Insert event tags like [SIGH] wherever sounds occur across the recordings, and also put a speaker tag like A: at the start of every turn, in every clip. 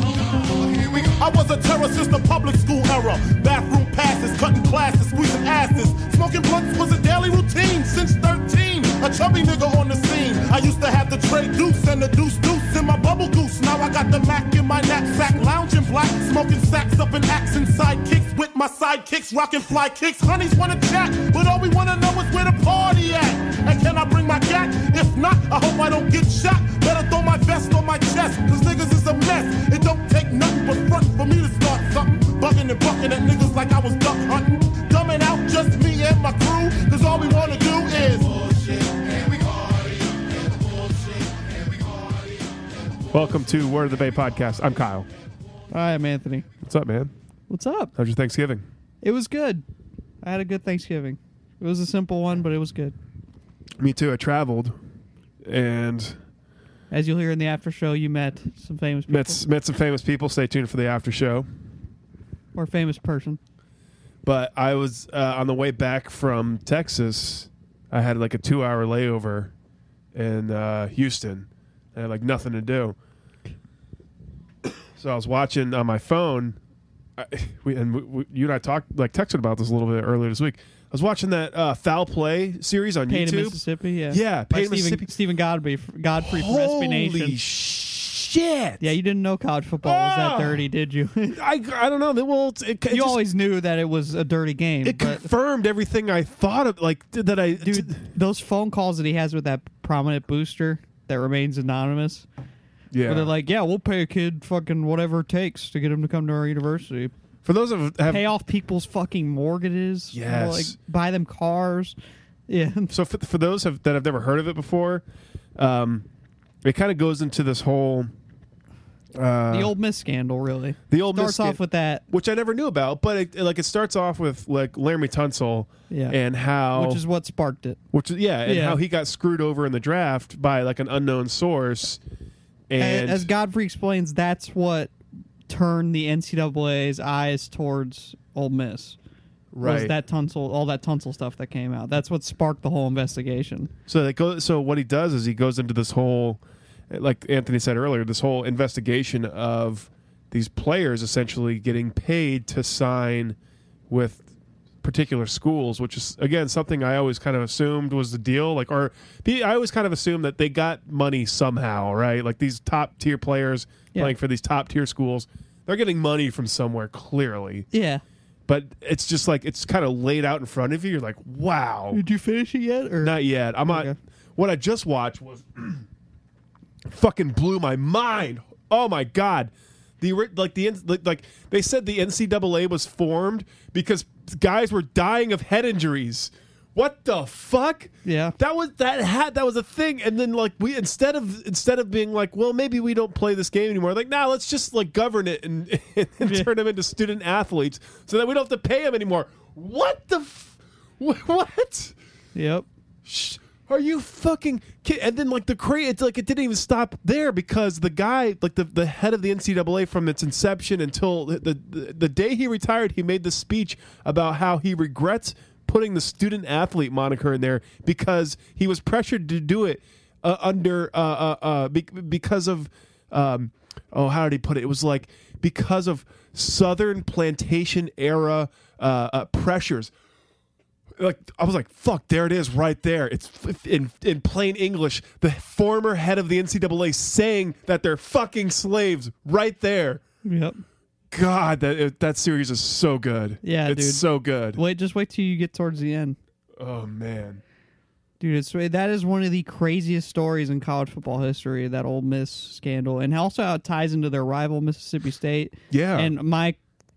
A: I was a terror since the public school era. Bathroom passes, cutting classes, squeezing asses. Smoking blunts was a daily routine since 13. A chubby nigga on the scene. I used to have the tray deuce and the deuce deuce in my bubble goose. Now I got the Mac in my knapsack, lounging black, smoking sacks up in axe and sidekicks with my sidekicks, rocking fly kicks. Honeys wanna chat, but all we wanna know is where the party at. And can I bring my gat? If not, I hope I don't get shot. Better throw my vest on my chest, cause niggas is a mess. It don't take nothing but front for me to start something. Bugging and bucking at niggas like I was duck hunting. Dumbing out just me and my crew, cause all we wanna do is.
B: Welcome to Word of the Bay podcast. I'm Kyle.
C: Hi, I'm Anthony.
B: What's up, man?
C: What's up?
B: How's your Thanksgiving?
C: It was good. I had a good Thanksgiving. It was a simple one, but it was good.
B: Me too. I traveled and
C: As you'll hear in the after show, you met some famous people
B: met met some famous people. Stay tuned for the after show.
C: or famous person.
B: But I was uh, on the way back from Texas. I had like a two-hour layover in uh, Houston. I had like nothing to do, so I was watching on my phone. I, we, and we, we, you and I talked, like texted about this a little bit earlier this week. I was watching that uh, foul play series on
C: Paid in
B: YouTube.
C: Mississippi. Yeah.
B: Yeah,
C: By
B: Paid in
C: Stephen,
B: Mississippi.
C: Stephen Godfrey, Godfrey from SB
B: Holy
C: Nation.
B: shit!
C: yeah, you didn't know college football was
B: Ah!
C: that dirty, did you? [LAUGHS] you
B: I, I don't know. They- Well, it's- it, it just-
C: always knew that it was a dirty game,
B: it
C: but
B: confirmed everything I thought of. Like th- that I
C: dude, those phone calls that he has with that prominent booster that remains anonymous.
B: yeah.
C: Where they're like, yeah, we'll pay a kid fucking whatever it takes to get him to come to our university.
B: for those of have
C: pay off people's fucking mortgages. you know,
B: Yes.
C: like buy them cars. [LAUGHS] Yeah.
B: so for, for those have, that have never heard of it before, um, it kind of goes into this whole uh,
C: the old Miss scandal, really.
B: the old
C: starts
B: Miss
C: off
B: sca-
C: with that,
B: which I never knew about, but it, like it starts off with like Laramie Tunsil
C: Yeah.
B: and how
C: which is what sparked it.
B: which is- yeah and
C: Yeah.
B: how he got screwed over in the draft by like an unknown source and
C: And as Godfrey explains, that's what turned the NCAA's eyes towards Ole Miss. Was
B: right
C: that tonsil, all that tonsil stuff that came out. That's what sparked the whole investigation.
B: So that goes. So what he does is he goes into this whole, like Anthony said earlier, this whole investigation of these players essentially getting paid to sign with particular schools, which is again something I always kind of assumed was the deal. Like, or the- I always kind of assumed that they got money somehow, right? Like these top tier players
C: Yeah.
B: playing for these top tier schools, they're getting money from somewhere clearly.
C: Yeah.
B: But it's just like it's kind of laid out in front of you. You're like, wow.
C: Did you finish it yet? Or
B: Not yet. I'm not.
C: Okay.
B: What I just watched was [CLEARS THROAT] fucking blew my mind. Oh my god. The ori- like the N- like- like they said the NCAA was formed because guys were dying of head injuries. What the fuck?
C: Yeah.
B: that was that had that was a thing. And then like we instead of instead of being like, well, maybe we don't play this game anymore. Like, now nah, let's just like govern it and, [LAUGHS] and, turn them into student athletes so that we don't have to pay them anymore. What the f- [LAUGHS] wh- what?
C: Yep.
B: Shh, are you fucking kid? And then like the cra it's like it didn't even stop there because the guy, like the, the head of the NCAA from its inception until the, the the day he retired, he made this speech about how he regrets putting the student athlete moniker in there because he was pressured to do it uh, under uh, uh, uh, be- because of um, oh how did he put it? It was like because of Southern plantation era uh, uh, pressures like I was like, "Fuck!" There it is, right there. It's f- in in plain English. The former head of the NCAA saying that they're fucking slaves, right there.
C: Yep.
B: God, that it, that series is so good.
C: Yeah,
B: it's
C: dude.
B: so good.
C: Wait, just wait till you get towards the end.
B: Oh man,
C: Dude, it's that is one of the craziest stories in college football history. That old Miss scandal, and also how it ties into their rival Mississippi State.
B: Yeah.
C: and my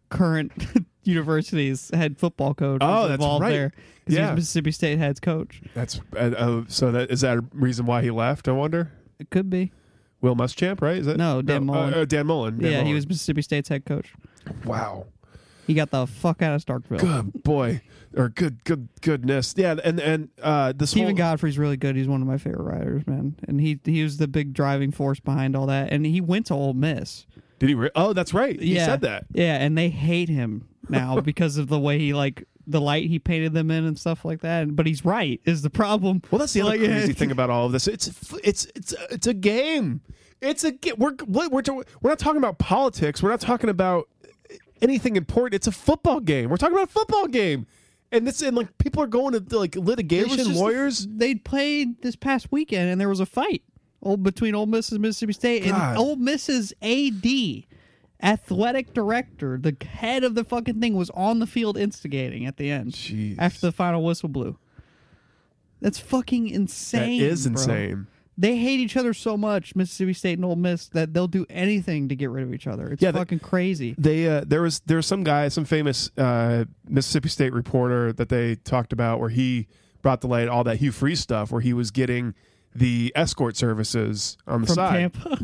C: current [LAUGHS] universities had football coach.
B: Oh,
C: was
B: that's
C: involved
B: right.
C: There, 'cause he
B: Yeah.
C: was Mississippi State head's coach.
B: That's uh, uh, so. That is that a reason why he left? I wonder.
C: It could be.
B: Will Muschamp, right? Is that
C: No, Dan Mullen.
B: Uh, uh, Dan Mullen. Dan
C: yeah, he
B: Mullen. [LAUGHS]
C: was Mississippi State's head coach.
B: Wow.
C: He got the fuck out of Starkville.
B: Good Oh, boy, or good, good, goodness. Yeah, and and uh, this
C: Stephen
B: whole
C: Godfrey's really good. He's one of my favorite writers, man. And he he was the big driving force behind all that. And he went to Ole Miss.
B: did he? Re- oh, that's right. He
C: yeah,
B: said that.
C: Yeah, and they hate him
B: [LAUGHS]
C: now because of the way he like the light he painted them in and stuff like that. And- But he's right is the problem.
B: Well, that's the other
C: Like, [LAUGHS]
B: crazy thing about all of this. It's it's it's it's a game. It's a ga- we're we're we're ta- we're not talking about politics. We're not talking about anything important. It's a football game. We're talking about a football game. And this and like people are going to like
C: It was
B: litigation
C: just-
B: lawyers.
C: They played this past weekend, and there was a fight Old- between Ole Miss and Mississippi State,
B: God.
C: and Ole Miss's AD. Athletic director, the head of the fucking thing, was on the field instigating at the end
B: Jeez.
C: after the final whistle blew. That's fucking
B: That
C: insane.
B: is
C: bro.
B: insane.
C: They hate each other so much, Mississippi State and Ole Miss, that they'll do anything to get rid of each other. It's
B: Yeah, they-
C: fucking crazy.
B: They uh, there was there was some guy, some famous uh, Mississippi State reporter that they talked about where he brought to light all that Hugh Freeze stuff, where he was getting the escort services on the
C: From
B: side.
C: Tampa,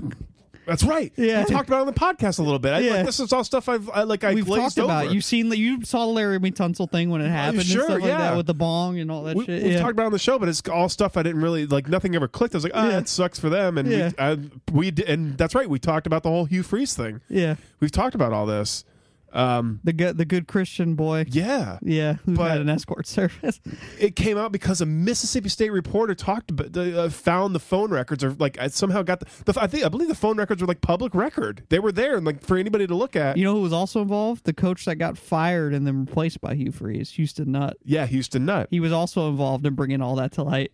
B: That's right.
C: Yeah.
B: we talked about it on the podcast a little bit. I,
C: Yeah.
B: like, this is all stuff I've I, like I
C: [LAUGHS] we've
B: glazed
C: talked about.
B: over.
C: it. You've seen the you saw the Larry McTunsell thing when it happened.
B: Oh, sure,
C: and stuff like
B: yeah.
C: that with the bong and all that
B: we,
C: shit.
B: have
C: yeah.
B: talked about it on the show, but it's all stuff I didn't really like. Nothing ever clicked. I was like, ah,
C: Yeah.
B: that sucks for them. And
C: Yeah.
B: we, I, we d- and that's right. We talked about the whole Hugh Freeze thing.
C: yeah,
B: We've talked about all this. Um,
C: the good the good Christian boy.
B: yeah,
C: Yeah, who
B: But-
C: had an escort [LAUGHS] service.
B: it came out because a Mississippi State reporter talked about the, uh, found the phone records or like I somehow got the, the I think I believe the phone records were like public record. They were there and like for anybody to look at.
C: You know who was also involved? The coach that got fired and then replaced by Hugh Freeze, Houston Nutt.
B: yeah, Houston Nut.
C: He was also involved in bringing all that to light,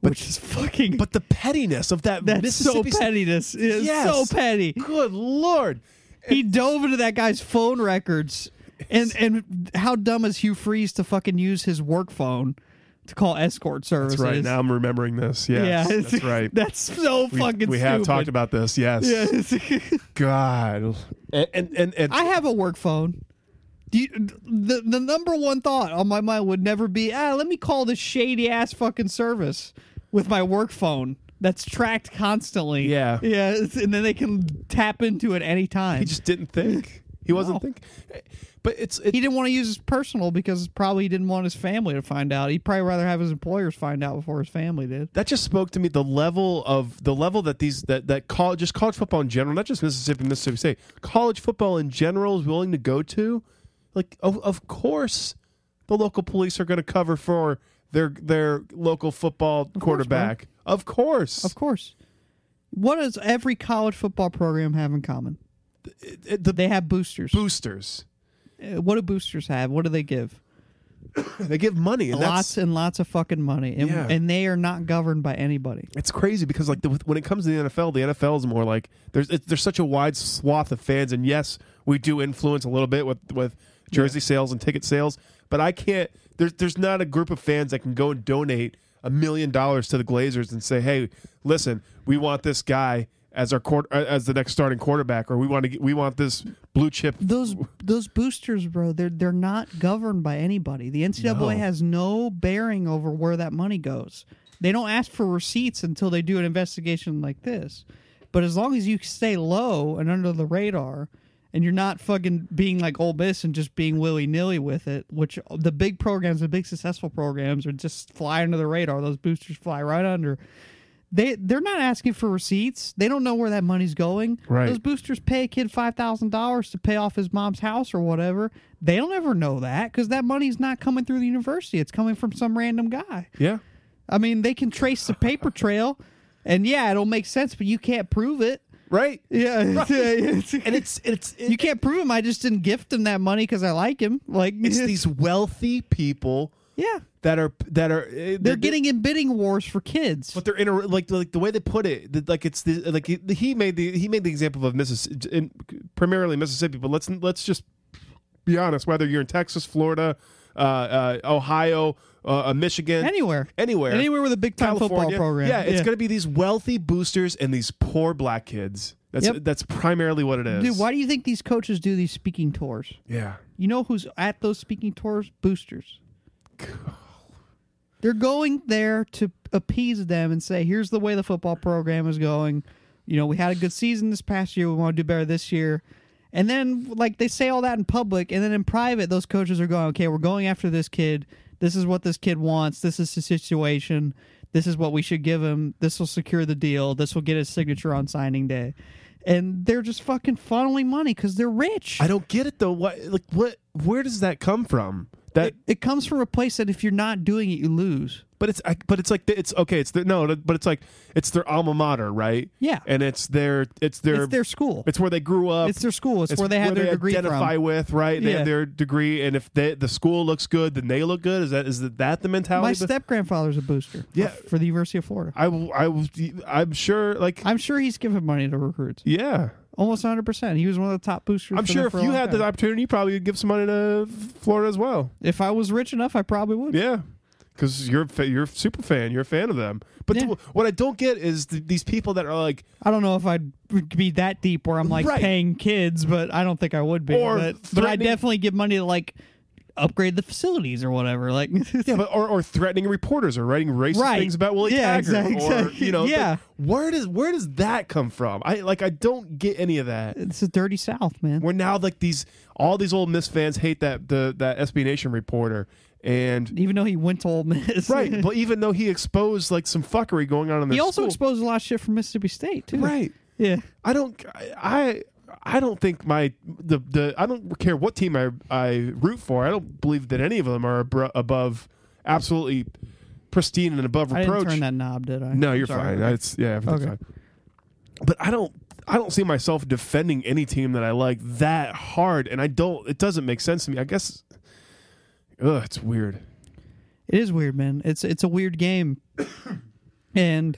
C: which is fucking.
B: But the pettiness of that
C: that's so
B: Mississippi State-
C: pettiness. It's
B: Yes.
C: so petty.
B: Good lord.
C: he dove into that guy's phone records. And and how dumb is Hugh Freeze to fucking use his work phone to call escort services?
B: That's right. Now I'm remembering this.
C: yeah,
B: Yes, that's right.
C: [LAUGHS] That's so
B: we,
C: fucking.
B: we have talked
C: stupid.
B: about this. Yes.
C: Yeah.
B: God. And and and, and
C: [LAUGHS] I have a work phone. Do you, the the number one thought on my mind would never be ah let me call this shady ass fucking service with my work phone that's tracked constantly.
B: Yeah.
C: yeah, it's- and then they can tap into it any time.
B: he just didn't think. He wasn't
C: No.
B: thinking. But it's it,
C: he didn't want to use his personal because probably he didn't want his family to find out. He'd probably rather have his employers find out before his family did.
B: that just spoke to me the level of the level that these that that college just college football in general, not just Mississippi, Mississippi State, college football in general is willing to go to. Like of of course, the local police are going to cover for their their local football quarterback. of course,
C: Of course. What does every college football program have in common?
B: It- the
C: They have boosters.
B: boosters
C: Uh, what do boosters have? What do they give?
B: they give money and that's-
C: lots and lots of fucking money, and,
B: Yeah.
C: and they are not governed by anybody.
B: It's crazy because like the, when it comes to the NFL, the NFL is more like there's it's, there's such a wide swath of fans, and yes, we do influence a little bit with with jersey sales and ticket sales, but I can't. There's there's not a group of fans that can go and donate a million dollars to the Glazers and say, hey, listen, we want this guy as our quarter as the next starting quarterback, or we want to get, we want this blue chip.
C: Those those boosters, bro, they're they're not governed by anybody. The NCAA
B: No.
C: has no bearing over where that money goes. They don't ask for receipts until they do an investigation like this. But as long as you stay low and under the radar, and you're not fucking being like Ole Miss and just being willy nilly with it, which the big programs, the big successful programs, are just fly under the radar. Those boosters fly right under. they they're not asking for receipts. They don't know where that money's going.
B: Right.
C: Those boosters pay a kid five thousand dollars to pay off his mom's house or whatever. They don't ever know that because that money's not coming through the university. It's coming from some random guy.
B: Yeah,
C: I mean, they can trace the paper [LAUGHS] trail, and yeah, it'll make sense, but you can't prove it.
B: right.
C: [LAUGHS] Yeah,
B: And it's it's
C: [LAUGHS] you can't prove him. I just didn't gift him that money because I like him. Like [LAUGHS]
B: it's these wealthy people
C: yeah,
B: that are that are eh, they're,
C: they're getting in bidding wars for kids.
B: But they're in a, like like the way they put it, that, like it's the like he- he made the he made the example of Mississippi, in, primarily Mississippi. But let's let's just be honest. Whether you're in Texas, Florida, uh, uh, Ohio, uh, uh, Michigan,
C: Anywhere.
B: anywhere,
C: Anywhere with a big time football
B: California.
C: program.
B: Yeah, it's
C: Yeah.
B: going to be these wealthy boosters and these poor black kids That's
C: Yep.
B: that's primarily what it is.
C: Dude, why do you think these coaches do these speaking tours?
B: Yeah.
C: You know who's at those speaking tours?
B: [LAUGHS]
C: Boosters. They're going there to appease them and say, here's the way the football program is going. You know, we had a good season this past year. We want to do better this year. And then, like, they say all that in public. And then in private, those coaches are going, okay, we're going after this kid. This is what this kid wants. This is the situation. This is what we should give him. This will secure the deal. This will get his signature on signing day. And they're just fucking funneling money because they're rich.
B: I don't get it though. What like what? Where does that come from? That
C: it, it comes from a place that if you're not doing it, you lose.
B: But it's I, but it's like the- it's okay. It's their no, but it's like it's their alma mater, right?
C: Yeah.
B: and it's their it's their
C: It's their school.
B: It's where they grew up.
C: It's their school. It's where they had their degree from.
B: Identify with right. They
C: Yeah.
B: have their degree, and if they, the school looks good, then they look good. Is that is that the mentality?
C: My
B: But
C: step grandfather's a booster.
B: Yeah.
C: for the University of Florida.
B: I will- I will- I'm sure like
C: I'm sure he's given money to recruits.
B: yeah.
C: Almost 100. percent He was one of the top boosters.
B: I'm
C: for
B: sure
C: them
B: if
C: for a
B: you
C: long
B: had
C: time.
B: the opportunity, you probably would give some money to Florida as well.
C: if I was rich enough, I probably would.
B: Yeah, because you're a fa- you're a super fan. You're a fan of them. But
C: Yeah.
B: th- what I don't get is th- these people that are like.
C: I don't know if I'd be that deep where I'm like
B: Right.
C: paying kids, but I don't think I would be.
B: Or
C: but, but I
B: threatening-
C: definitely give money to like upgrade the facilities or whatever. Like, [LAUGHS]
B: Yeah, but or, or threatening reporters or writing racist
C: Right.
B: things about Willie Taggart,
C: Yeah, exactly,
B: or
C: exactly.
B: you
C: [LAUGHS]
B: know,
C: Yeah.
B: but where does where does that come from? I like I don't get any of that.
C: it's a dirty South, man.
B: We're now like these all these old Miss fans hate that the that SB Nation reporter
C: [LAUGHS]
B: and
C: Even though he went to Ole Miss,
B: right, but even though he exposed like some fuckery going on in the
C: [LAUGHS] he also
B: school,
C: exposed a lot of shit from Mississippi State too.
B: right.
C: Yeah.
B: I don't I I don't think my the the I don't care what team I I root for. I don't believe that any of them are abro- above absolutely pristine and above
C: I
B: reproach.
C: didn't turn that knob, did I?
B: No, you're
C: Sorry.
B: fine. It's yeah, everything's
C: Okay.
B: fine. But I don't I don't see myself defending any team that I like that hard and I don't it doesn't make sense to me. I guess Ugh, it's weird.
C: It is weird, man. It's it's a weird game, [COUGHS] and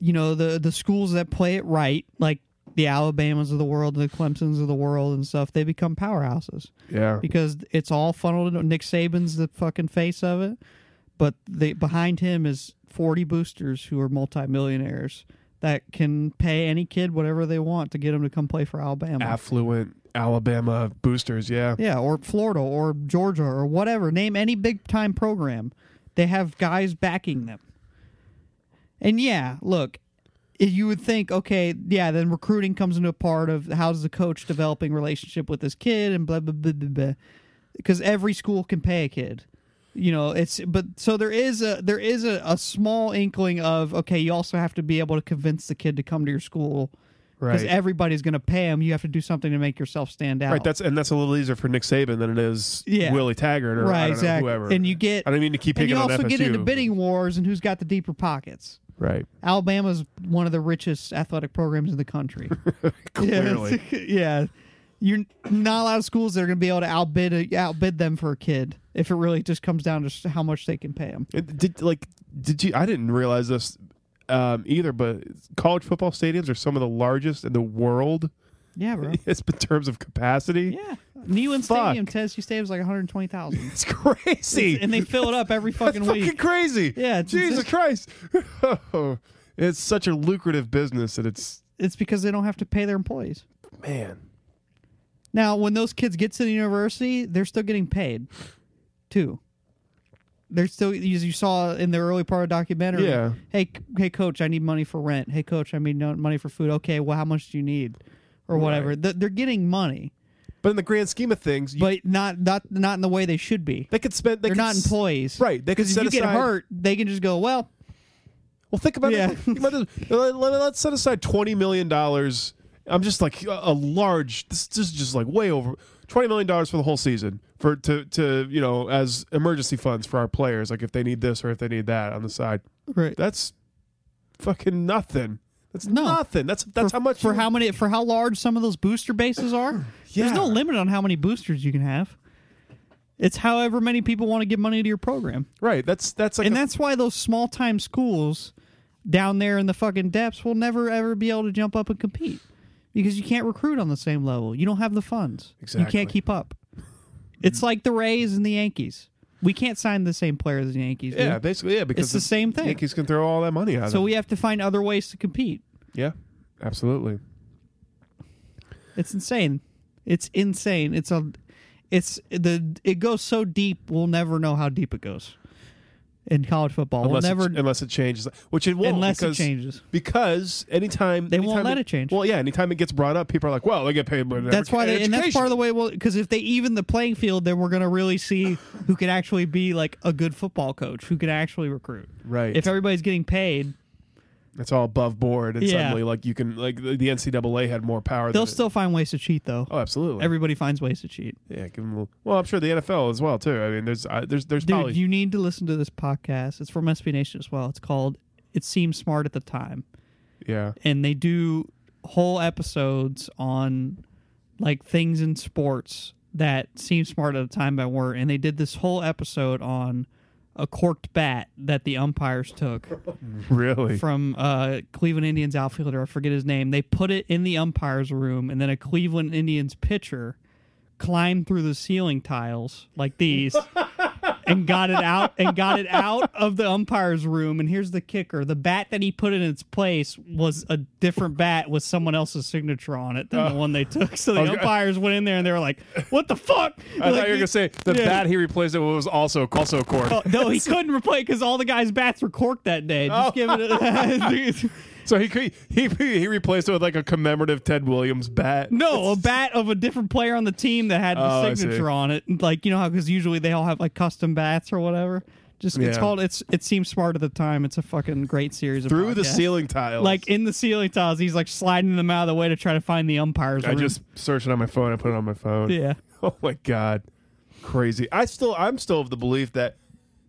C: you know the the schools that play it right, like the Alabamas of the world, the Clemsons of the world, and stuff, they become powerhouses
B: Yeah.
C: because it's all funneled. into Nick Saban's the fucking face of it, but they, behind him is forty boosters who are multimillionaires that can pay any kid whatever they want to get them to come play for Alabama.
B: Affluent Alabama boosters, yeah.
C: Yeah, or Florida or Georgia or whatever. Name any big time program. They have guys backing them. And yeah, look, i- you would think, okay, yeah, then recruiting comes into a part of how's the coach developing relationship with this kid and blah blah blah blah blah. Because every school can pay a kid. You know, it's but so there is a there is a, a small inkling of okay, you also have to be able to convince the kid to come to your school. Because
B: Right.
C: everybody's going to pay him, you have to do something to make yourself stand out.
B: Right, that's and that's a little easier for Nick Saban than it is
C: Yeah.
B: Willie Taggart or I don't know, whoever.
C: And you get
B: I don't mean to keep
C: and
B: picking
C: you
B: on
C: also get
B: FSU,
C: into
B: but-
C: bidding wars and who's got the deeper pockets.
B: Right.
C: Alabama's one of the richest athletic programs in
B: [LAUGHS]
C: the country. [LAUGHS]
B: Clearly.
C: Yeah, [LAUGHS] yeah. You're not a lot of schools that are going to be able to outbid a, outbid them for a kid if it really just comes down to s- how much they can pay them.
B: It- Did like did you? I didn't realize this um, either. But college football stadiums are some of the largest in the world. [LAUGHS]
C: Yeah, bro.
B: It's in terms of capacity.
C: Yeah, Neyland
B: Fuck.
C: Stadium, Tennessee Stadium's like
B: [LAUGHS]
C: 120,000,
B: it's crazy.
C: and they fill it up every
B: That's [LAUGHS]
C: fucking
B: fucking
C: week.
B: crazy.
C: Yeah, it's-
B: Jesus Christ. [LAUGHS] it's such a lucrative business that it's
C: It's because they don't have to pay their employees.
B: man.
C: Now, when those kids get to the university, they're still getting paid, too. They're still, as you saw in the early part of the documentary.
B: Yeah.
C: Hey, c- hey, coach, I need money for rent. Hey, coach, I need no- money for food. Okay, well, how much do you need, or whatever? Th- They're getting money,
B: But in the grand scheme of things, you,
C: but not not not in the way they should be.
B: they could spend. They
C: They are
B: could
C: not
B: s-
C: employees,
B: Right. They could
C: Because if
B: set
C: you get
B: aside-
C: hurt, they can just go. Well,
B: Well, think about
C: Yeah.
B: it. You might as- let- let- Let's set aside twenty million dollars. I'm just like a, a large. This, this is just like way over twenty million dollars for the whole season for to to you know as emergency funds for our players. Like if they need this or if they need that on the side.
C: right.
B: That's fucking nothing. That's
C: No.
B: nothing. That's that's how much
C: for
B: you-
C: how many for how large some of those booster bases are.
B: [CLEARS THROAT] Yeah.
C: There's no limit on how many boosters you can have. It's however many people want to give money to your program.
B: right. That's that's like
C: And
B: a-
C: that's why those small time schools down there in the fucking depths will never ever be able to jump up and compete because you can't recruit on the same level. You don't have the funds. You
B: Exactly.
C: can't keep up. It's like the Rays and the Yankees. We can't sign the same players as the Yankees. do.
B: yeah basically yeah because
C: the same thing.
B: Yankees can throw all that money at
C: So
B: them.
C: we have to find other ways to compete.
B: yeah absolutely
C: It's insane. It's insane. It's a, it's the it goes so deep we'll never know how deep it goes. In college football,
B: Unless,
C: we'll
B: it,
C: never.
B: unless it changes, which it won't.
C: Unless it
B: because,
C: changes.
B: because anytime
C: They won't
B: anytime
C: let it change.
B: Well, yeah, anytime it gets brought up, people are like, "Well, they get paid."
C: that's why, they, and that's part of the way. Well, because if they even the playing field, then we're gonna really see who could actually be like a good football coach, who could actually recruit.
B: Right.
C: If everybody's getting paid,
B: It's all above board, and
C: Yeah.
B: suddenly, like you can, like the the NCAA had more power.
C: they'll
B: than it-
C: still find ways to cheat, though.
B: Oh, absolutely.
C: Everybody finds ways to cheat.
B: yeah, give 'em a- well, I'm sure the NFL as well too. I mean, there's, I there's, there's
C: Dude,
B: probably
C: you need to listen to this podcast. It's from SB Nation as well. It's called "It Seems Smart at the Time,"
B: yeah.
C: and they do whole episodes on like things in sports that seemed smart at the time but weren't. And they did this whole episode on a corked bat that the umpires took
B: Really?
C: from uh, Cleveland Indians outfielder. I forget his name. They put it in the umpires' room, and then a Cleveland Indians pitcher climbed through the ceiling tiles like these
B: [LAUGHS]
C: and got it out and got it out of the umpires' room. And here's the kicker: the bat that he put in its place was a different bat with someone else's signature on it than
B: Oh.
C: the one they took. So the
B: was gonna-
C: umpires went in there and they were like, "What the fuck?"
B: I
C: Like,
B: thought you were gonna say the
C: yeah.
B: bat he replaced it with was also also cork.
C: Oh,
B: [LAUGHS]
C: no, he couldn't replay because all the guys' bats were corked that day. Just
B: Oh.
C: give it
B: [LAUGHS]
C: a, [LAUGHS]
B: So he could- he he replaced it with like a commemorative Ted Williams bat.
C: No, a bat of a different player on the team that had
B: Oh,
C: the
B: I see.
C: signature on it. And, Like you know how because usually they all have like custom bats or whatever. Just it's
B: Yeah.
C: called it's it seems smart at the time. It's a fucking great series. Of
B: through the
C: podcasts. [LAUGHS]
B: ceiling tiles.
C: like in the ceiling tiles. He's like sliding them out of the way to try to find the umpires.
B: I
C: room.
B: just searched it on my phone. I put it on my phone.
C: yeah.
B: [LAUGHS] Oh my god, crazy! I still, I'm still of the belief that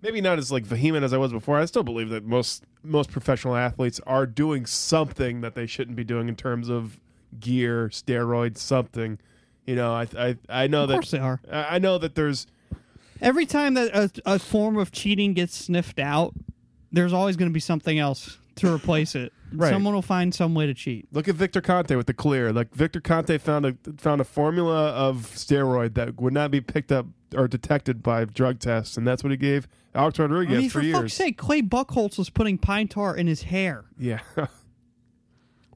B: maybe not as like vehement as I was before. I still believe that most most professional athletes are doing something that they shouldn't be doing in terms of gear, steroids, something. You know, I I, I know that
C: course they are.
B: I I know that there's
C: Every time that a, a form of cheating gets sniffed out, there's always going to be something else to replace it.
B: [LAUGHS] Right.
C: Someone will find some way to cheat.
B: Look at Victor Conte with the clear. Like Victor Conte found a found a formula of steroid that would not be picked up or detected by drug tests, and that's what he gave Alex Rodriguez
C: I mean,
B: for,
C: for
B: years.
C: fuck's sake, Clay Buckholz was putting pine tar in his hair.
B: Yeah. [LAUGHS]